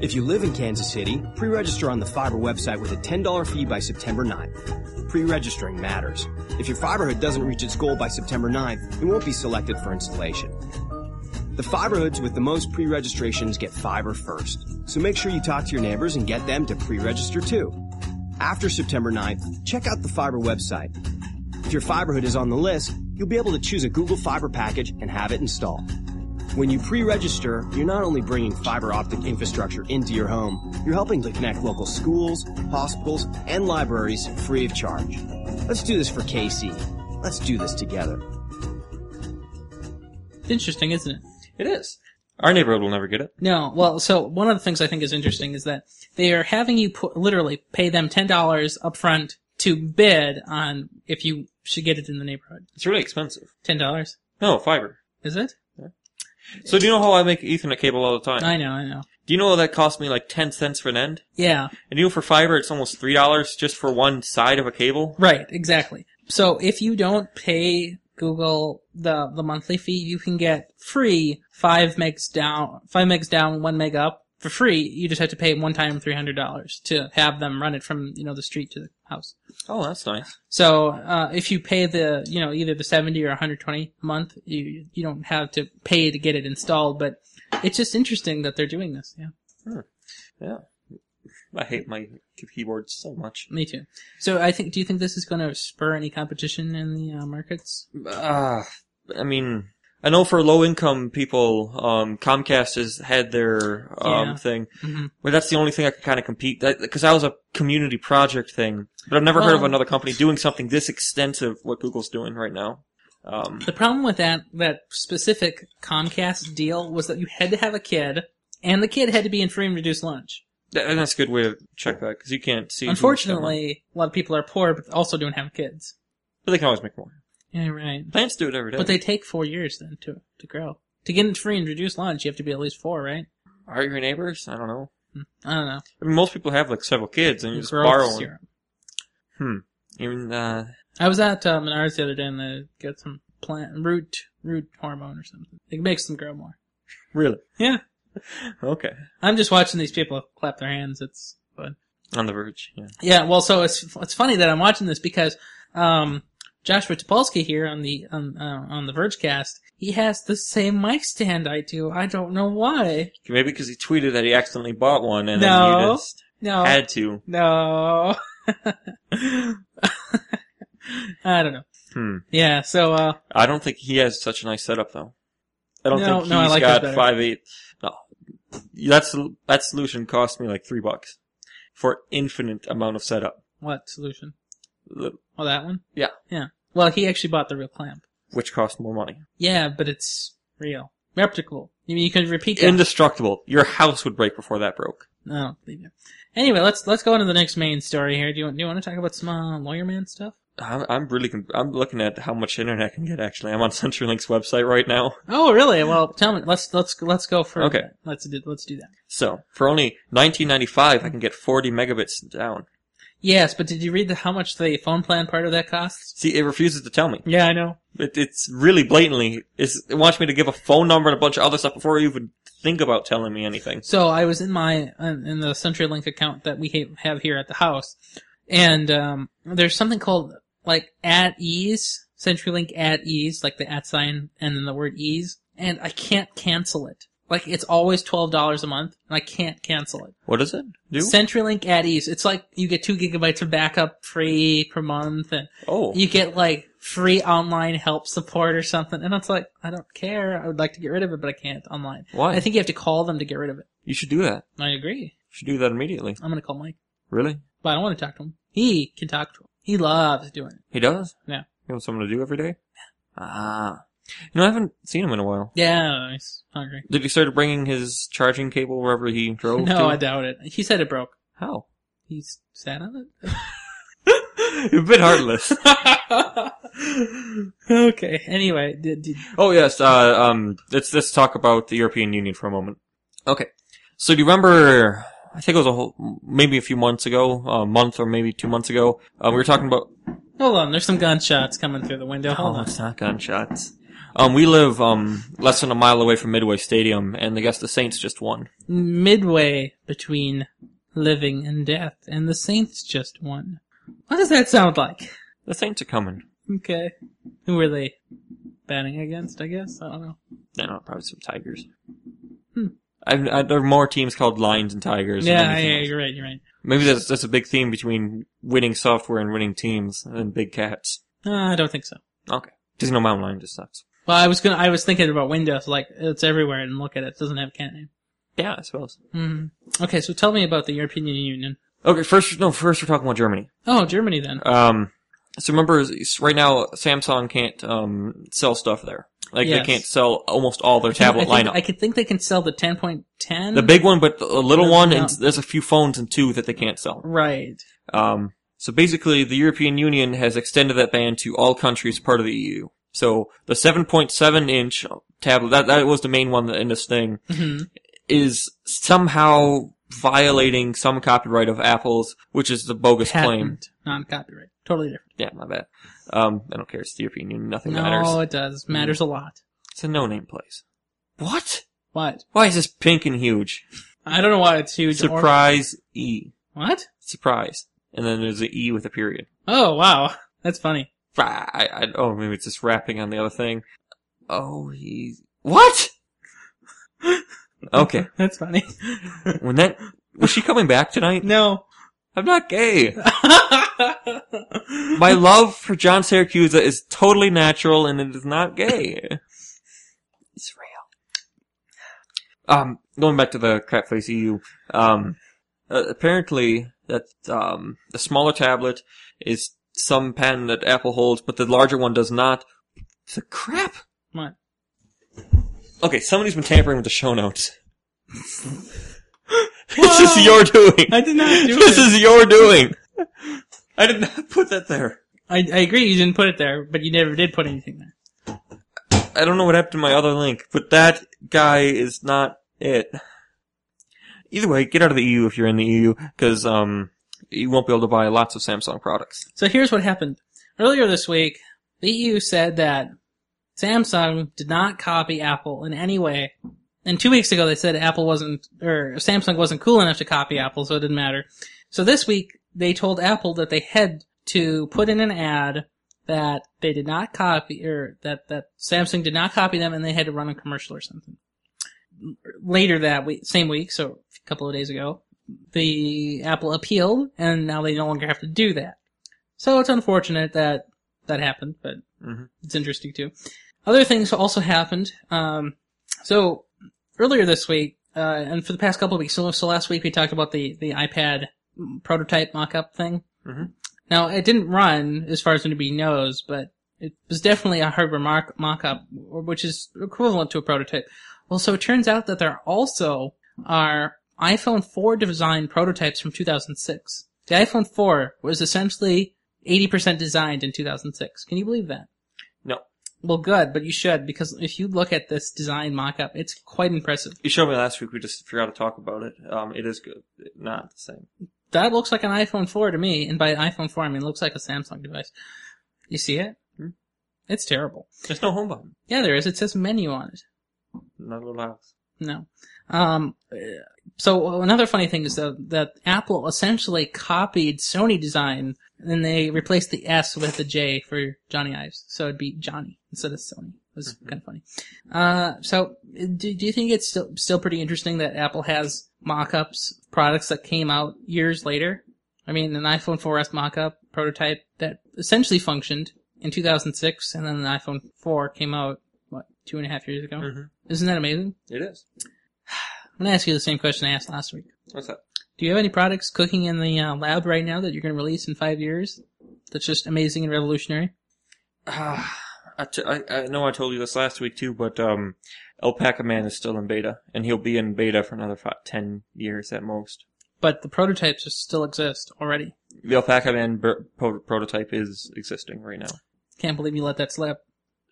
S4: If you live in Kansas City, pre-register on the fiber website with a $10 fee by September 9th. Pre-registering matters. If your fiber hood doesn't reach its goal by September 9th, it won't be selected for installation. The fiber hoods with the most pre-registrations get fiber first. So make sure you talk to your neighbors and get them to pre-register too. After September 9th, check out the fiber website. If your fiber hood is on the list, you'll be able to choose a Google Fiber package and have it installed. When you pre-register, you're not only bringing fiber optic infrastructure into your home, you're helping to connect local schools, hospitals, and libraries free of charge. Let's do this for KC. Let's do this together.
S1: It's interesting, isn't it?
S2: It is. Our neighborhood will never get it.
S1: No, well, so one of the things I think is interesting is that they are having you pu- literally pay them ten dollars upfront to bid on if you should get it in the neighborhood.
S2: It's really expensive.
S1: Ten dollars,
S2: No, fiber.
S1: is it?
S2: So do you know how I make Ethernet cable all the time?
S1: I know, I know.
S2: do you know that cost me like ten cents for an end?
S1: Yeah,
S2: And you know for fiber it's almost three dollars just for one side of a cable?
S1: right, exactly. So if you don't pay Google the the monthly fee, you can get free five megs down, five megs down, one meg up for free. You just have to pay one time three hundred dollars to have them run it from you know the street to the house.
S2: Oh, that's nice.
S1: So uh, if you pay the you know either the seventy or one hundred twenty a month, you you don't have to pay to get it installed. But it's just interesting that they're doing this. Yeah,
S2: I hate my keyboard so much.
S1: me too. So I think do you think this is going to spur any competition in the uh, markets?
S2: Ah, I mean, I know for low income people, um, Comcast has had their um,
S1: Yeah.
S2: thing,
S1: Mhm.
S2: but that's the only thing I could kind of compete. Because that, was a community project thing, but I've never heard of
S1: Well-
S2: another company doing something this extensive. What Google's doing right now. Um,
S1: The problem with that that specific Comcast deal was that you had to have a kid, and the kid had to be in free and reduced lunch.
S2: that- and that's a good way to check that because you can't see. who's got more.
S1: Unfortunately, a lot of people are poor but also don't have kids.
S2: but they can always make more.
S1: Yeah, right.
S2: Plants do it every day.
S1: But they take four years then to to grow. To get in free and reduced lunch, you have to be at least four, right?
S2: are your neighbors? I don't know.
S1: I don't know.
S2: I mean, most people have like several kids, and you just
S1: Growth
S2: borrow one. Hmm.
S1: syrup.
S2: Even uh,
S1: I was at uh, Menards the other day and they got some plant root root hormone or something. It makes them grow more.
S2: really?
S1: Yeah,
S2: Okay.
S1: I'm just watching these people clap their hands. It's fun.
S2: On the verge. Yeah.
S1: Yeah, well, so it's it's funny that I'm watching this because um, Joshua Topolsky here on the on uh, on the Vergecast, he has the same mic stand I do. I don't know why.
S2: Maybe because he tweeted that he accidentally bought one, and then
S1: No.
S2: you just
S1: No,
S2: had to.
S1: no. I don't know.
S2: Hmm.
S1: Yeah, so uh,
S2: I don't think he has such a nice setup, though. I don't
S1: No,
S2: think he's
S1: no, I like that
S2: got
S1: better.
S2: five eight. No, that's that solution cost me like three bucks for infinite amount of setup,
S1: what solution?
S2: l-
S1: Oh, that one?
S2: Yeah.
S1: Yeah. Well, he actually bought the real clamp.
S2: which costs more money.
S1: Yeah, but it's real. Replicable. You mean you can repeat that?
S2: Indestructible. Your house would break before that broke.
S1: no, I don't believe you. Anyway, let's let's go on to the next main story here. Do you want do you want to talk about some uh, lawyer man stuff?
S2: I'm, I'm really con- I'm looking at how much internet I can get. Actually, I'm on CenturyLink's website right now.
S1: Oh, really? Well, tell me. Let's let's let's go for
S2: Okay.
S1: Let's do let's do that.
S2: So for only 19.95, I can get 40 megabits down.
S1: Yes, but did you read the, how much the phone plan part of that costs?
S2: See, it refuses to tell me.
S1: Yeah, I know.
S2: It, it's really blatantly. It's, it wants me to give a phone number and a bunch of other stuff before you even think about telling me anything.
S1: So I was in my in in the CenturyLink account that we ha- have here at the house, and um, there's something called like at ease CenturyLink at ease, like the at sign and then the word ease, and I can't cancel it. Like it's always twelve dollars a month, and I can't cancel it.
S2: What does it do?
S1: CenturyLink at ease. It's like you get two gigabytes of backup free per month, and
S2: oh,
S1: you get like free online help support or something. And it's like, I don't care. I would like to get rid of it, but I can't online.
S2: why?
S1: I think you have to call them to get rid of it.
S2: you should do that.
S1: I agree.
S2: You should do that immediately.
S1: I'm going to call Mike,
S2: Really?
S1: but I don't want to talk to him. He can talk to him. He loves doing it.
S2: He does?
S1: Yeah.
S2: You want something to do every day? Ah. You know, I haven't seen him in a while.
S1: Yeah, he's hungry.
S2: Did he start bringing his charging cable wherever he drove? to?
S1: No, I doubt it. He said it broke.
S2: How?
S1: He's sad on it.
S2: You're a bit heartless.
S1: okay. Anyway, did, did,
S2: Oh yes, uh, um, let's let's talk about the European Union for a moment. Okay, so do you remember? I think it was a whole, maybe a few months ago, a month or maybe two months ago. Um, we were talking about.
S1: hold on. There's some gunshots coming through the window. Hold
S2: Oh,
S1: on.
S2: it's not gunshots. Um, we live um less than a mile away from Midway Stadium, and I guess the Saints just won.
S1: midway between living and death, and the Saints just won. What does that sound like?
S2: The Saints are coming.
S1: Okay. Who were they batting against, I guess? I don't know.
S2: No, no, probably some Tigers.
S1: Hmm.
S2: I've, I, there are more teams called Lions and Tigers. than
S1: yeah,
S2: anything
S1: yeah,
S2: else.
S1: you're right, you're right.
S2: Maybe that's that's a big theme between winning software and winning teams and big cats.
S1: Uh, I don't think so.
S2: Okay, because no mountain lion just sucks.
S1: Well, I was gonna, I was thinking about Windows, like, it's everywhere and look at it, it doesn't have a cat name.
S2: Yeah, I suppose.
S1: hmm Okay, so tell me about the European Union.
S2: Okay, first no, first we're talking about Germany.
S1: Oh, Germany then.
S2: Um, so remember, s- right now Samsung can't um sell stuff there. Like
S1: Yes.
S2: they can't sell almost all their tablet
S1: I think,
S2: lineup.
S1: I could think they can sell the 10.10.
S2: the big one, but the a little
S1: No,
S2: one, and
S1: no.
S2: s- there's a few phones and two that they can't sell.
S1: Right.
S2: Um, so basically, the European E Union has extended that ban to all countries part of the EU. So the 7.7 inch tablet, that, that was the main one in this thing,
S1: hmm
S2: is somehow violating some copyright of Apple's, which is the bogus claim.
S1: Patent, non-copyright, totally different.
S2: Yeah, my bad. Um, I don't care. It's the European Union. Nothing
S1: no,
S2: matters.
S1: it does matters a lot.
S2: It's a no-name place. What?
S1: What?
S2: Why is this pink and huge?
S1: I don't know why it's huge. or-
S2: Surprise E.
S1: what?
S2: Surprise. And then there's an E with a period.
S1: Oh wow, that's funny.
S2: Ah, I, I, oh, maybe it's just rapping on the other thing. Oh, he's what? okay,
S1: that's funny.
S2: when that was she coming back tonight?
S1: no.
S2: I'm not gay. My love for John Syracuse is totally natural, and it is not gay. Israel. Um, going back to the crapface EU. Um, uh, apparently that um the smaller tablet is some patent that Apple holds, but the larger one does not. The crap.
S1: What?
S2: Okay, somebody's been tampering with the show notes. this is your doing.
S1: I did not do
S2: this
S1: it.
S2: is your doing. I did not put that there.
S1: I, I agree. You didn't put it there, but you never did put anything there.
S2: I don't know what happened to my other link, but that guy is not it. Either way, get out of the EU if you're in the EU, because um, you won't be able to buy lots of Samsung products.
S1: So here's what happened. Earlier this week, the EU said that Samsung did not copy Apple in any way. And two weeks ago, they said Apple wasn't, or Samsung wasn't cool enough to copy Apple, so it didn't matter. So this week, they told Apple that they had to put in an ad that they did not copy, or that, that Samsung did not copy them, and they had to run a commercial or something. Later that week, same week, so a couple of days ago, the Apple appealed, and now they no longer have to do that. So it's unfortunate that that happened, but
S2: Mhm.
S1: it's interesting too. Other things also happened. Um, so earlier this week, uh, and for the past couple of weeks, so, so last week we talked about the, the iPad prototype mock-up thing.
S2: Mhm.
S1: Now it didn't run as far as anybody knows, but it was definitely a hardware mock- mock-up, or- which is equivalent to a prototype. Well, so it turns out that there also are iPhone 4 design prototypes from 2006. The iPhone 4 was essentially 80% designed in 2006. Can you believe that?
S2: No.
S1: Well, good, but you should, because if you look at this design mock-up, it's quite impressive.
S2: You showed me last week. We just forgot to talk about it. Um, it is good, not the same.
S1: That looks like an iPhone 4 to me, and by iPhone 4 I mean it looks like a Samsung device. You see it?
S2: Hmm.
S1: It's terrible.
S2: There's no home button.
S1: Yeah, there is. It says menu on it.
S2: Not a little house.
S1: No. Um, uh, so another funny thing is that, that Apple essentially copied Sony design, and then they replaced the S with a J for Johnny Ives, so it'd be Johnny instead of Sony. It was
S2: Mhm.
S1: kind of funny. Uh, so do, do you think it's still still pretty interesting that Apple has mock-ups products that came out years later? I mean, an iPhone 4S mock-up prototype that essentially functioned in 2006, and then the iPhone 4 came out what two and a half years ago.
S2: Mhm.
S1: Isn't that amazing?
S2: It is.
S1: I'm gonna ask you the same question I asked last week.
S2: What's that?
S1: Do you have any products cooking in the uh, lab right now that you're gonna release in five years? That's just amazing and revolutionary.
S2: Ah, I, t- I, I know I told you this last week too, but um, Alpaca Man is still in beta, and he'll be in beta for another five, ten years at most.
S1: But the prototypes are- still exist already.
S2: The Alpaca Man br- pro- prototype is existing right now.
S1: Can't believe you let that slip.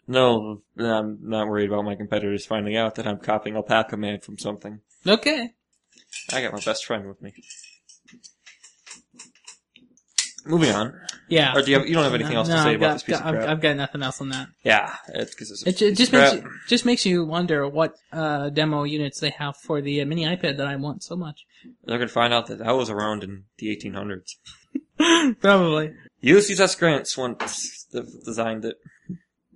S2: No, I'm not worried about my competitors finding out that I'm copying Alpaca Man from something.
S1: Okay.
S2: I got my best friend with me. Moving on.
S1: Yeah.
S2: Or do you have- you don't have anything else to say
S1: I've
S2: about
S1: got,
S2: this piece of
S1: I've,
S2: crap?
S1: I've got nothing else on that.
S2: Yeah, it's because it's a
S1: It, ju-
S2: piece
S1: just
S2: of
S1: makes
S2: crap.
S1: you, just makes you wonder what uh, demo units they have for the uh, mini iPad that I want so much.
S2: They're gonna find out that I was around in the 1800s.
S1: Probably.
S2: Ulysses S. Grant's once designed it,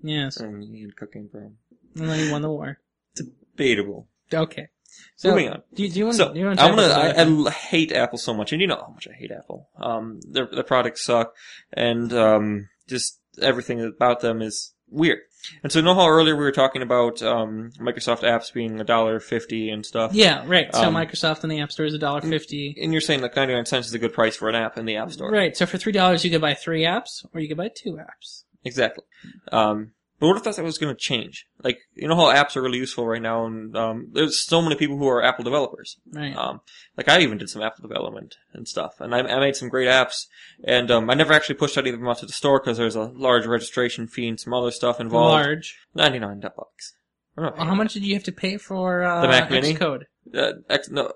S1: Yes.
S2: and he had cocaine problem.
S1: And then you won the war.
S2: Debatable.
S1: Okay. So
S2: Moving on.
S1: Do, you- do you want?
S2: So
S1: do you
S2: I'm
S1: want to?
S2: gonna. I, I l- hate Apple so much, and you know how much I hate Apple. Um, their their products suck, and um, just everything about them is weird. And so, you know how earlier we were talking about um Microsoft apps being a dollar fifty and stuff.
S1: yeah. Right. So
S2: Um,
S1: Microsoft in the App Store is a dollar fifty.
S2: And you're saying that 99 cents is a good price for an app in the App Store.
S1: Right. So for three dollars, you could buy three apps, or you could buy two apps.
S2: Exactly. Um, but what if that was going to change? Like, you know how apps are really useful right now, and um, there's so many people who are Apple developers.
S1: Right.
S2: Um, like I even did some Apple development and stuff, and I, I made some great apps. And um, I never actually pushed any of them out to the store because there's a large registration fee and some other stuff involved.
S1: Large.
S2: Ninety nine bucks. I'm not
S1: Well,
S2: paying
S1: how much did you have to pay for uh,
S2: The Mac Mini?
S1: Xcode?
S2: that. Uh, X, no,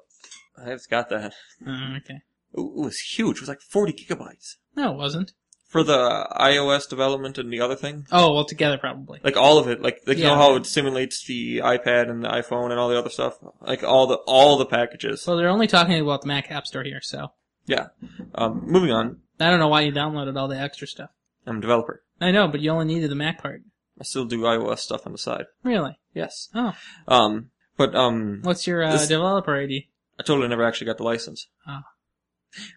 S2: I just got that.
S1: Uh, okay.
S2: Ooh, It was huge. It was like 40 gigabytes
S1: No, it wasn't.
S2: for the iOS development and the other thing.
S1: Oh, well, together probably.
S2: Like all of it, like like you know
S1: Yeah.
S2: how it simulates the iPad and the iPhone and all the other stuff, like all the all the packages.
S1: So they're only talking about the Mac App Store here, so
S2: Yeah. Um, moving on,
S1: I don't know why you downloaded all the extra stuff.
S2: I'm a developer.
S1: I know, but you only needed the Mac part.
S2: I still do iOS stuff on the side.
S1: Really?
S2: Yes.
S1: Oh,
S2: Um, but um,
S1: what's your uh,
S2: This-
S1: developer ID?
S2: I totally never actually got the license.
S1: Ah.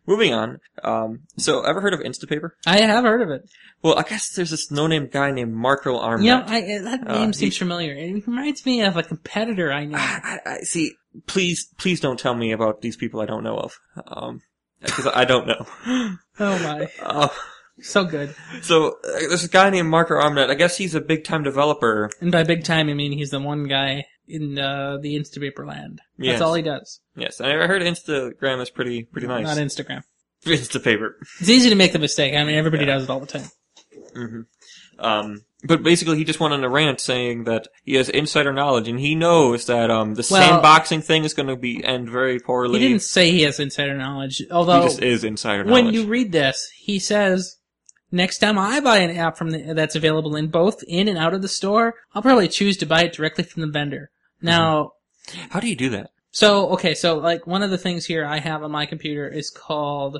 S2: Moving on. Um, so ever heard of Instapaper?
S1: I have heard of it.
S2: Well, I guess there's this no-name guy named Marco Armnet.
S1: You know, I, I- that
S2: Uh,
S1: name
S2: he-
S1: seems familiar. It reminds me of a competitor I knew.
S2: Ah, I, I, I see. Please, please don't tell me about these people I don't know of, um, because I don't know.
S1: oh my,
S2: Uh,
S1: so good.
S2: so uh, there's a guy named Marco Armnet. I guess he's a big-time developer.
S1: And by big time, I mean he's the one guy in uh, the Instapaper land. That's
S2: Yes.
S1: all he does.
S2: Yes, and I heard Instagram is pretty pretty nice.
S1: Not Instagram.
S2: Instapaper.
S1: It's easy to make the mistake. I mean, everybody does it all the time.
S2: hmm Um, but basically, he just went on a rant saying that he has insider knowledge and he knows that um, the
S1: Well-
S2: sandboxing thing is going to be end very poorly.
S1: He didn't say he has insider knowledge,
S2: He
S1: although
S2: just is insider
S1: when
S2: knowledge.
S1: you read this, he says, "Next time I buy an app from the, that's available in both in and out of the store, I'll probably choose to buy it directly from the vendor." Now,
S2: How do you do that?
S1: so okay, so like one of the things here I have on my computer is called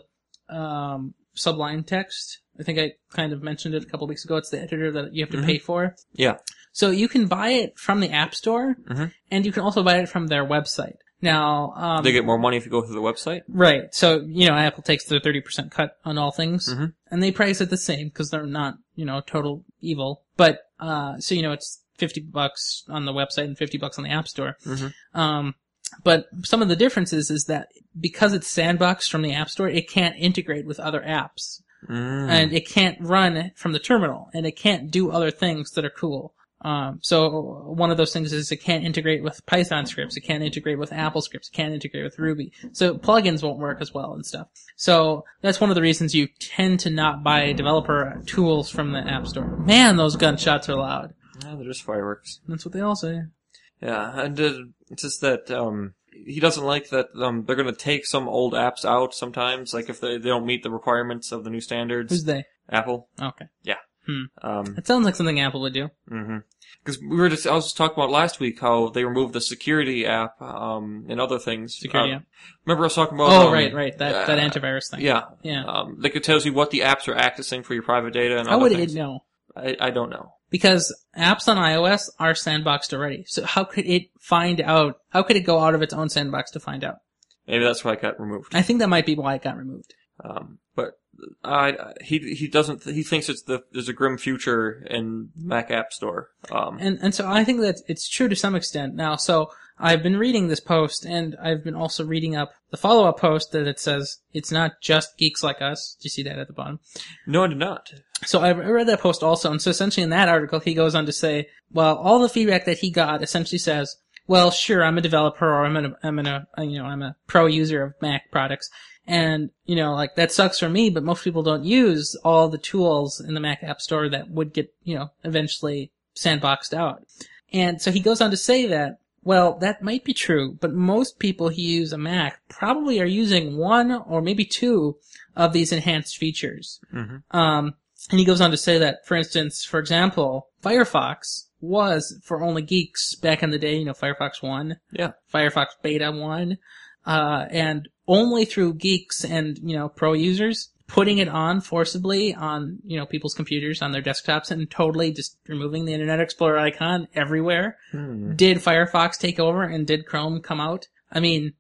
S1: um, Sublime Text. I think I kind of mentioned it a couple weeks ago. It's the editor that you have to
S2: Mhm.
S1: pay for.
S2: Yeah.
S1: So you can buy it from the App Store,
S2: Mhm.
S1: and you can also buy it from their website. Now, um,
S2: they get more money if you go through the website?
S1: Right. So, you know, Apple takes their 30% cut on all things.
S2: Mhm.
S1: And they price it the same because they're not, you know, total evil. But, uh, so, you know, it's 50 bucks on the website and 50 bucks on the App Store.
S2: Mhm.
S1: Um, but some of the differences is that because it's sandboxed from the App Store, it can't integrate with other apps.
S2: Mm.
S1: And it can't run from the terminal. And it can't do other things that are cool. Um, so one of those things is it can't integrate with Python scripts, it can't integrate with Apple scripts, it can't integrate with Ruby. So plugins won't work as well and stuff. So that's one of the reasons you tend to not buy developer tools from the App Store. Man, those gunshots are loud.
S2: Yeah, they're just fireworks.
S1: That's what they all say.
S2: Yeah, and uh, it's just that um, he doesn't like that um, they're going to take some old apps out sometimes, like if they, they don't meet the requirements of the new standards.
S1: Who's they?
S2: Apple.
S1: Okay.
S2: Um,
S1: That sounds like something Apple would do.
S2: Because Mm-hmm. we were just, I was just talking about last week how they removed the security app um, and other things.
S1: Security
S2: Um,
S1: app.
S2: Remember I was talking about.
S1: Oh,
S2: um,
S1: right, right. That,
S2: uh,
S1: that antivirus thing.
S2: Yeah.
S1: Yeah.
S2: Um, like it tells you what the apps are accessing for your private data and
S1: How
S2: other
S1: would it
S2: things.
S1: know?
S2: I, I don't know.
S1: because apps on iOS are sandboxed already. So how could it find out? How could it go out of its own sandbox to find out?
S2: Maybe that's why it got removed.
S1: I think that might be why it got removed.
S2: Um, but I, I- he he doesn't he thinks it's the there's a grim future in Mac App Store. Um,
S1: And and so I think that it's true to some extent now. So I've been reading this post and I've been also reading up the follow up post that it says it's not just geeks like us. Do you see that at the bottom?
S2: no, I did not.
S1: So I I read that post also, and so essentially in that article, he goes on to say, well, all the feedback that he got essentially says, well, sure, I'm a developer, or I'm an, I'm an, uh, you know, I'm a pro user of Mac products, and you know, like that sucks for me, but most people don't use all the tools in the Mac App Store that would get, you know, eventually sandboxed out. And so he goes on to say that, well, that might be true, but most people who use a Mac probably are using one or maybe two of these enhanced features.
S2: Mhm.
S1: Um, and he goes on to say that, for instance, for example, Firefox was for only geeks back in the day, you know, Firefox 1.
S2: Yeah.
S1: Firefox Beta 1. Uh, and only through geeks and, you know, pro users putting it on forcibly on, you know, people's computers, on their desktops and totally just removing the Internet Explorer icon everywhere.
S2: Hmm.
S1: Did Firefox take over and did Chrome come out? I mean,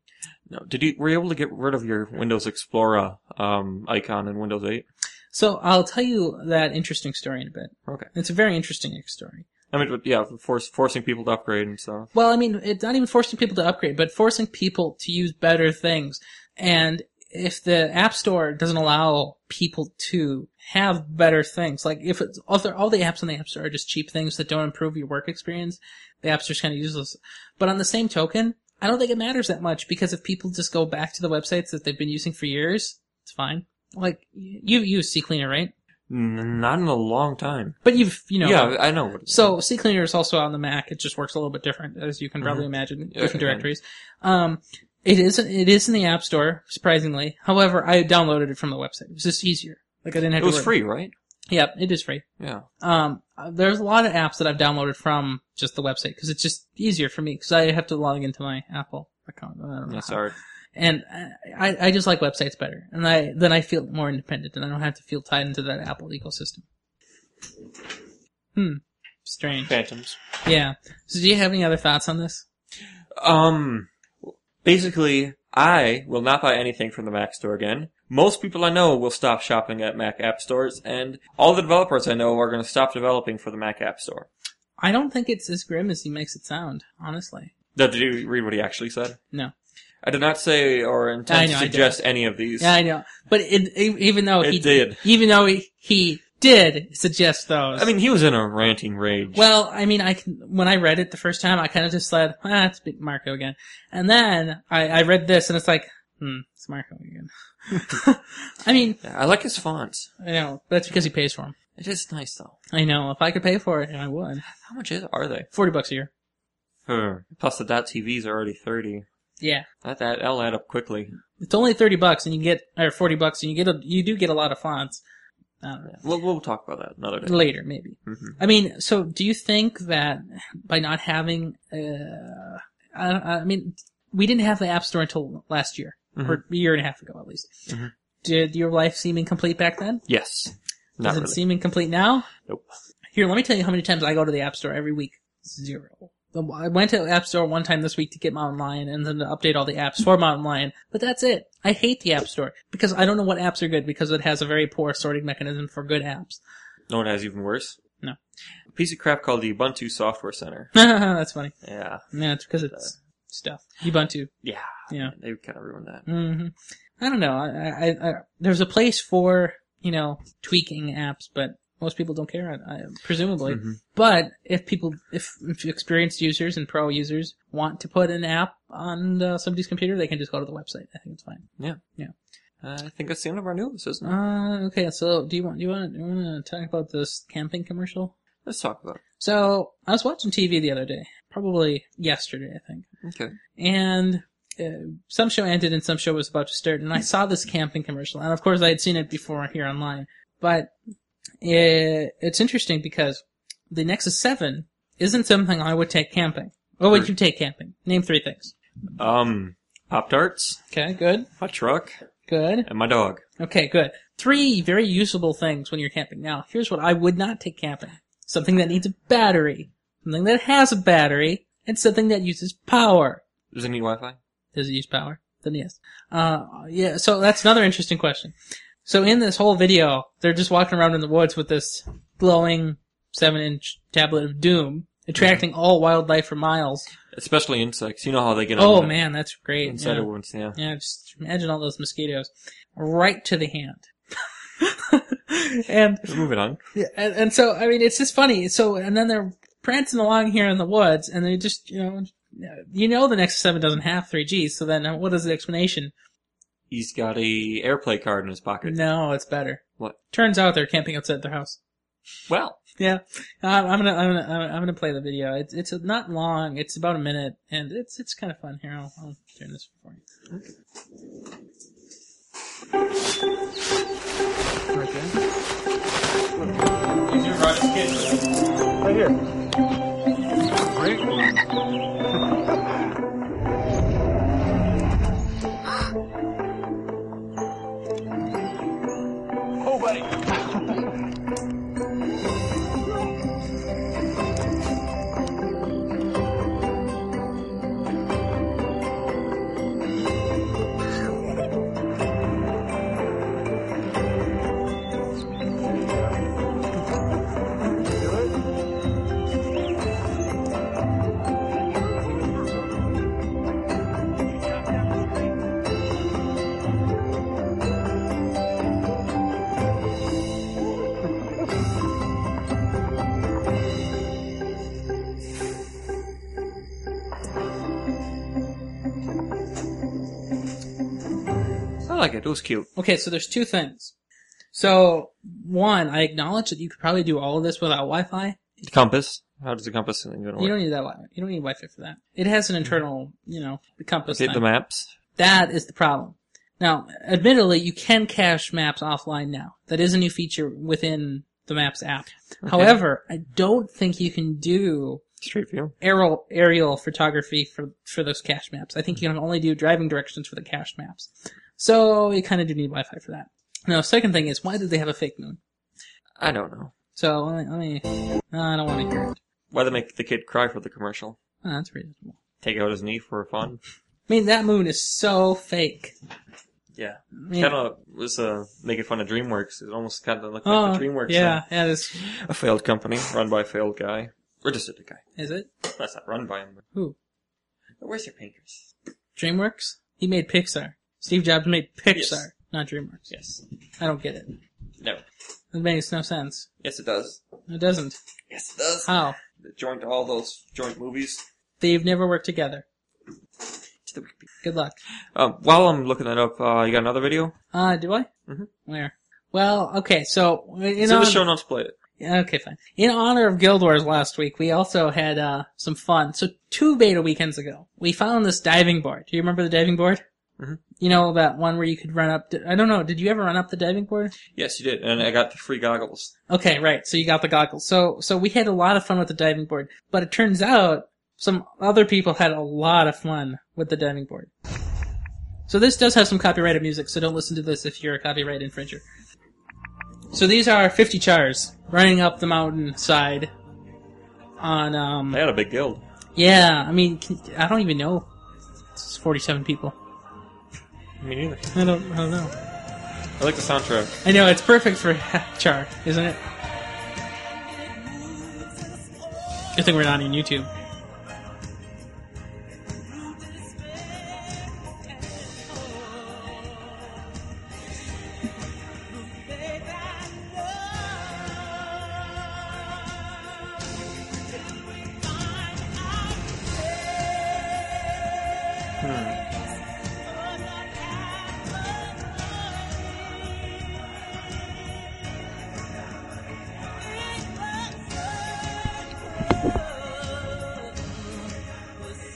S2: No, did you were you able to get rid of your Windows Explorer um, icon in Windows 8?
S1: so I'll tell you that interesting story in a bit.
S2: Okay.
S1: It's a very interesting story.
S2: I mean, but yeah, force, forcing people to upgrade and stuff.
S1: Well, I mean, it's not even forcing people to upgrade, but forcing people to use better things. And if the App Store doesn't allow people to have better things, like if it's, all, the, all the apps on the App Store are just cheap things that don't improve your work experience, the App Store's kind of useless. But on the same token, I don't think it matters that much because if people just go back to the websites that they've been using for years, it's fine. Like, you- you've used CCleaner, right?
S2: N- not in a long time.
S1: But you've, you know.
S2: yeah, I know. What it is.
S1: So C Cleaner is also on the Mac. It just works a little bit different, as you can probably imagine,
S2: Mm-hmm. Yeah,
S1: different
S2: yeah.
S1: directories. Um, it is it is in the App Store, surprisingly. However, I downloaded it from the website. It was just easier. Like I didn't have to.
S2: it was
S1: worry.
S2: free, right?
S1: Yep, it is free.
S2: Yeah.
S1: Um, there's a lot of apps that I've downloaded from just the website because it's just easier for me because I have to log into my Apple account. I don't know
S2: That's
S1: how.
S2: hard.
S1: And I, I just like websites better, and I then I feel more independent, and I don't have to feel tied into that Apple ecosystem. Hmm, strange.
S2: Phantoms.
S1: Yeah. So, do you have any other thoughts on this?
S2: Um, basically, I will not buy anything from the Mac store again. Most people I know will stop shopping at Mac app stores, and all the developers I know are going to stop developing for the Mac app store.
S1: I don't think it's as grim as he makes it sound. Honestly,
S2: Now, Did you read what he actually said?
S1: no.
S2: I did not say or
S1: I
S2: intend
S1: know, I
S2: to suggest any of these.
S1: Yeah, I know. But it, e- even though
S2: It
S1: he
S2: did.
S1: even though he, he did suggest those.
S2: I mean, he was in a ranting rage.
S1: Well, I mean, I can, when I read it the first time, I kind of just said, ah, it's Big Marco again. And then I, I read this and it's like, hmm, it's Marco again. I mean,
S2: I like his fonts.
S1: you know, that's because he pays for them.
S2: It is nice though.
S1: I know. If I could pay for it, I would.
S2: How much is, are they?
S1: 40 bucks a year.
S2: Hmm. Plus the dot TVs are already thirty.
S1: Yeah.
S2: That that that'll add up quickly.
S1: It's only 30 bucks and you get, or 40 bucks and you get a, you do get a lot of fonts. I don't know.
S2: We'll we'll talk about that another day.
S1: Later, maybe.
S2: Mhm.
S1: I mean, so do you think that by not having, uh, I, I mean, we didn't have the App Store until last year,
S2: Mm-hmm.
S1: or a year and a half ago at least.
S2: Mhm.
S1: Did your life seem incomplete back then?
S2: Yes. Not
S1: Does it
S2: really.
S1: seem incomplete now?
S2: Nope.
S1: Here, let me tell you how many times I go to the App Store every week. Zero. I went to the App Store one time this week to get Mountain Lion and then to update all the apps for Mountain Lion, but that's it. I hate the App Store because I don't know what apps are good because it has a very poor sorting mechanism for good apps.
S2: No one has even worse.
S1: No.
S2: A piece of crap called the Ubuntu Software Center.
S1: that's funny.
S2: Yeah.
S1: Yeah, it's because it's stuff. Ubuntu.
S2: Yeah.
S1: Yeah.
S2: They kind of ruined that.
S1: hmm I don't know. I, I, I, there's a place for you know tweaking apps, but most people don't care. I, I, presumably,
S2: Mhm.
S1: but if people, if, if experienced users and pro users want to put an app on uh, somebody's computer, they can just go to the website. I think it's fine.
S2: Uh, I think that's the end of our news, isn't it?
S1: Uh, okay, so do you want do you want do you want to talk about this camping commercial?
S2: Let's talk about
S1: So I was watching TV the other day, probably yesterday, I think.
S2: it. Okay.
S1: and uh, some show ended and some show was about to start and i saw this camping commercial and of course i had seen it before here online but it, it's interesting because the nexus 7 isn't something i would take camping what would
S2: Hmm.
S1: you take camping name three things
S2: Um, Pop Tarts,
S1: okay good
S2: my truck,
S1: good
S2: and my dog.
S1: okay good three very usable things when you're camping now here's what i would not take camping something that needs a battery something that has a battery and something that uses power
S2: Does it need Wi-Fi?
S1: Does it use power? Then yes. Uh, yeah, so that's another interesting question. So in this whole video, they're just walking around in the woods with this glowing seven inch tablet of doom, attracting all wildlife for miles.
S2: Especially insects. You know how they get
S1: Oh
S2: on the-
S1: man, that's great.
S2: inside
S1: yeah.
S2: of wounds. Yeah.
S1: yeah, just imagine all those mosquitoes. Right to the hand. and
S2: Moving on.
S1: yeah, and, and so I mean, it's just funny. So and then they're prancing along here in the woods, and they just you know, you know, the Nexus Seven doesn't have three G. So then, uh, what is the explanation?
S2: He's got a AirPlay card in his pocket.
S1: No, it's better.
S2: What?
S1: Turns out they're camping outside their house.
S2: Well,
S1: Yeah, um, I'm gonna I'm gonna I'm I'm gonna play the video. It's it's not long. It's about a minute, and it's it's kind of fun. Here, I'll, I'll turn this for you.
S2: I like it. It was cute.
S1: Okay, so there's two things. So one, I acknowledge that you could probably do all of this without Wi-Fi.
S2: Compass. How does the compass thing
S1: You
S2: gonna work?
S1: don't need that. Wi- You don't need Wi-Fi for that. It has an internal, you know, the compass.
S2: Update
S1: thing.
S2: Mm-hmm. the maps.
S1: That is the problem. Now, admittedly, you can cache maps offline now. That is a new feature within the Maps app. However, I don't think you can do
S2: Street view.
S1: aerial, aerial photography for, for those cache maps. I think you can only do driving directions for the cache maps. So you kind of do need Wi-Fi for that. Now, second thing is, why did they have a fake moon?
S2: I don't know.
S1: So let me, let me no, I don't want to hear it.
S2: Why they make the kid cry for the commercial?
S1: Oh, that's reasonable.
S2: Take out his knee for fun.
S1: I mean, that moon is so fake.
S2: Yeah,
S1: I mean-
S2: kind of was uh, making fun of DreamWorks. It almost kind of looked
S1: oh,
S2: like the DreamWorks.
S1: yeah, yeah, this,
S2: thing. a failed company run by a failed guy, registered a guy.
S1: is it?
S2: That's not run by him.
S1: Who?
S2: Where's your fingers?
S1: DreamWorks? He made Pixar. Steve Jobs made Pixar,
S2: Yes.
S1: not DreamWorks.
S2: Yes.
S1: I don't get it.
S2: No.
S1: It makes no sense.
S2: Yes, it does.
S1: It doesn't.
S2: Yes, it does.
S1: How?
S2: The joint all those joint movies.
S1: They've never worked together.
S2: To the Wikipedia.
S1: Good luck.
S2: Um, while I'm looking that up, uh, you got another video?
S1: Uh, do I?
S2: Mhm.
S1: Where? Well, okay, so in
S2: It's in the
S1: honor,
S2: show notes. Play it.
S1: okay, fine. In honor of Guild Wars last week, we also had uh, some fun. So two beta weekends ago, we found this diving board. Do you remember the diving board?
S2: Mhm.
S1: You know that one where you could run up. I don't know. Did you ever run up the diving board?
S2: Yes, you did, and I got the free goggles.
S1: Okay, right. So you got the goggles. So so we had a lot of fun with the diving board, but it turns out some other people had a lot of fun with the diving board. So this does have some copyrighted music, so don't listen to this if you're a copyright infringer. So these are 50 chars running up the mountain side on um
S2: They had a big guild.
S1: yeah, I mean can- I don't even know. It's 47 people.
S2: Me neither.
S1: I don't I don't know.
S2: I like the soundtrack.
S1: I know it's perfect for char, isn't it? Good thing we're not on YouTube.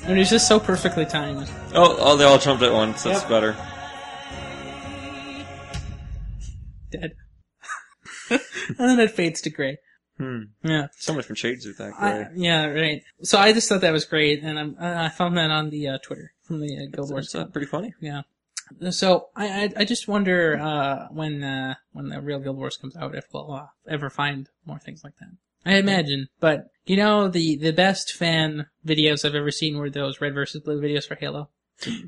S1: I mean, it's just so perfectly timed.
S2: Oh, oh, they all jumped at once. That's
S1: Yep.
S2: better.
S1: Dead. and then it fades to gray.
S2: Hmm.
S1: Yeah.
S2: Someone from Shades of that
S1: I,
S2: guy.
S1: yeah, right. So I just thought that was great, and I'm, I I found that on the uh, Twitter from the uh, Guild Wars.
S2: That's uh, pretty funny.
S1: Yeah. So I, I I just wonder uh, when uh, when the real Guild Wars comes out if we'll uh, ever find more things like that. I imagine, but you know the the best fan videos I've ever seen were those red versus blue videos for Halo.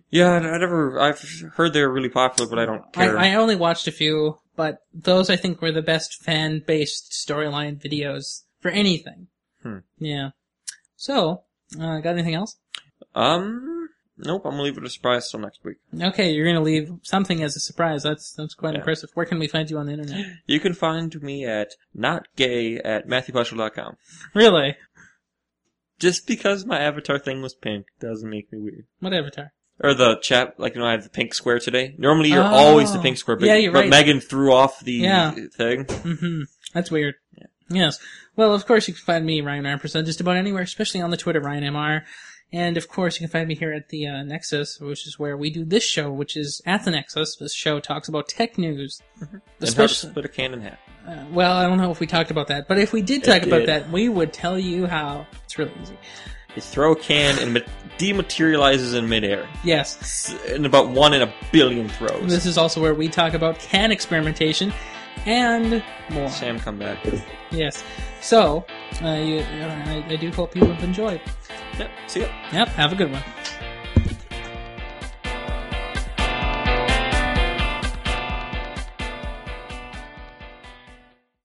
S2: Yeah, I I never. I've heard they're really popular, but I don't
S1: I,
S2: care.
S1: I only watched a few, but those I think were the best fan based storyline videos for anything.
S2: Hmm.
S1: Yeah. So, uh, got anything else?
S2: um, nope. I'm gonna leave it a surprise till next week.
S1: Okay, you're gonna leave something as a surprise. That's that's quite
S2: Yeah.
S1: impressive. Where can we find you on the internet?
S2: You can find me at notgay at matthewbushel.com.
S1: really?
S2: Just because my avatar thing was pink doesn't make me weird.
S1: What avatar?
S2: Or the chap, like you know, I have the pink square today. Normally, you're always the
S1: Oh.
S2: pink square, but,
S1: Yeah, you're
S2: but
S1: right.
S2: Megan threw off the
S1: Yeah.
S2: thing.
S1: Mm-hmm. That's weird. Yes. Well, of course you can find me, Ryan Ramperson, just about anywhere, especially on the Twitter, Ryan MR. And of course you can find me here at the uh, Nexus, which is where we do this show, which is at the Nexus. This show talks about tech news.
S2: Mm-hmm. And how to
S1: Especially,
S2: split a can in half.
S1: uh, well, I don't know if we talked about that, but if we did talk
S2: It
S1: about
S2: did.
S1: that, we would tell you how. It's really easy.
S2: You throw a can and it dematerializes in midair.
S1: Yes.
S2: It's in about one in a billion throws.
S1: This is also where we talk about can experimentation and more.
S2: Sam, come back.
S1: Yes. So, uh, you, uh, I, I do hope you have enjoyed.
S2: Yep, see ya.
S1: Yep. Have a good one.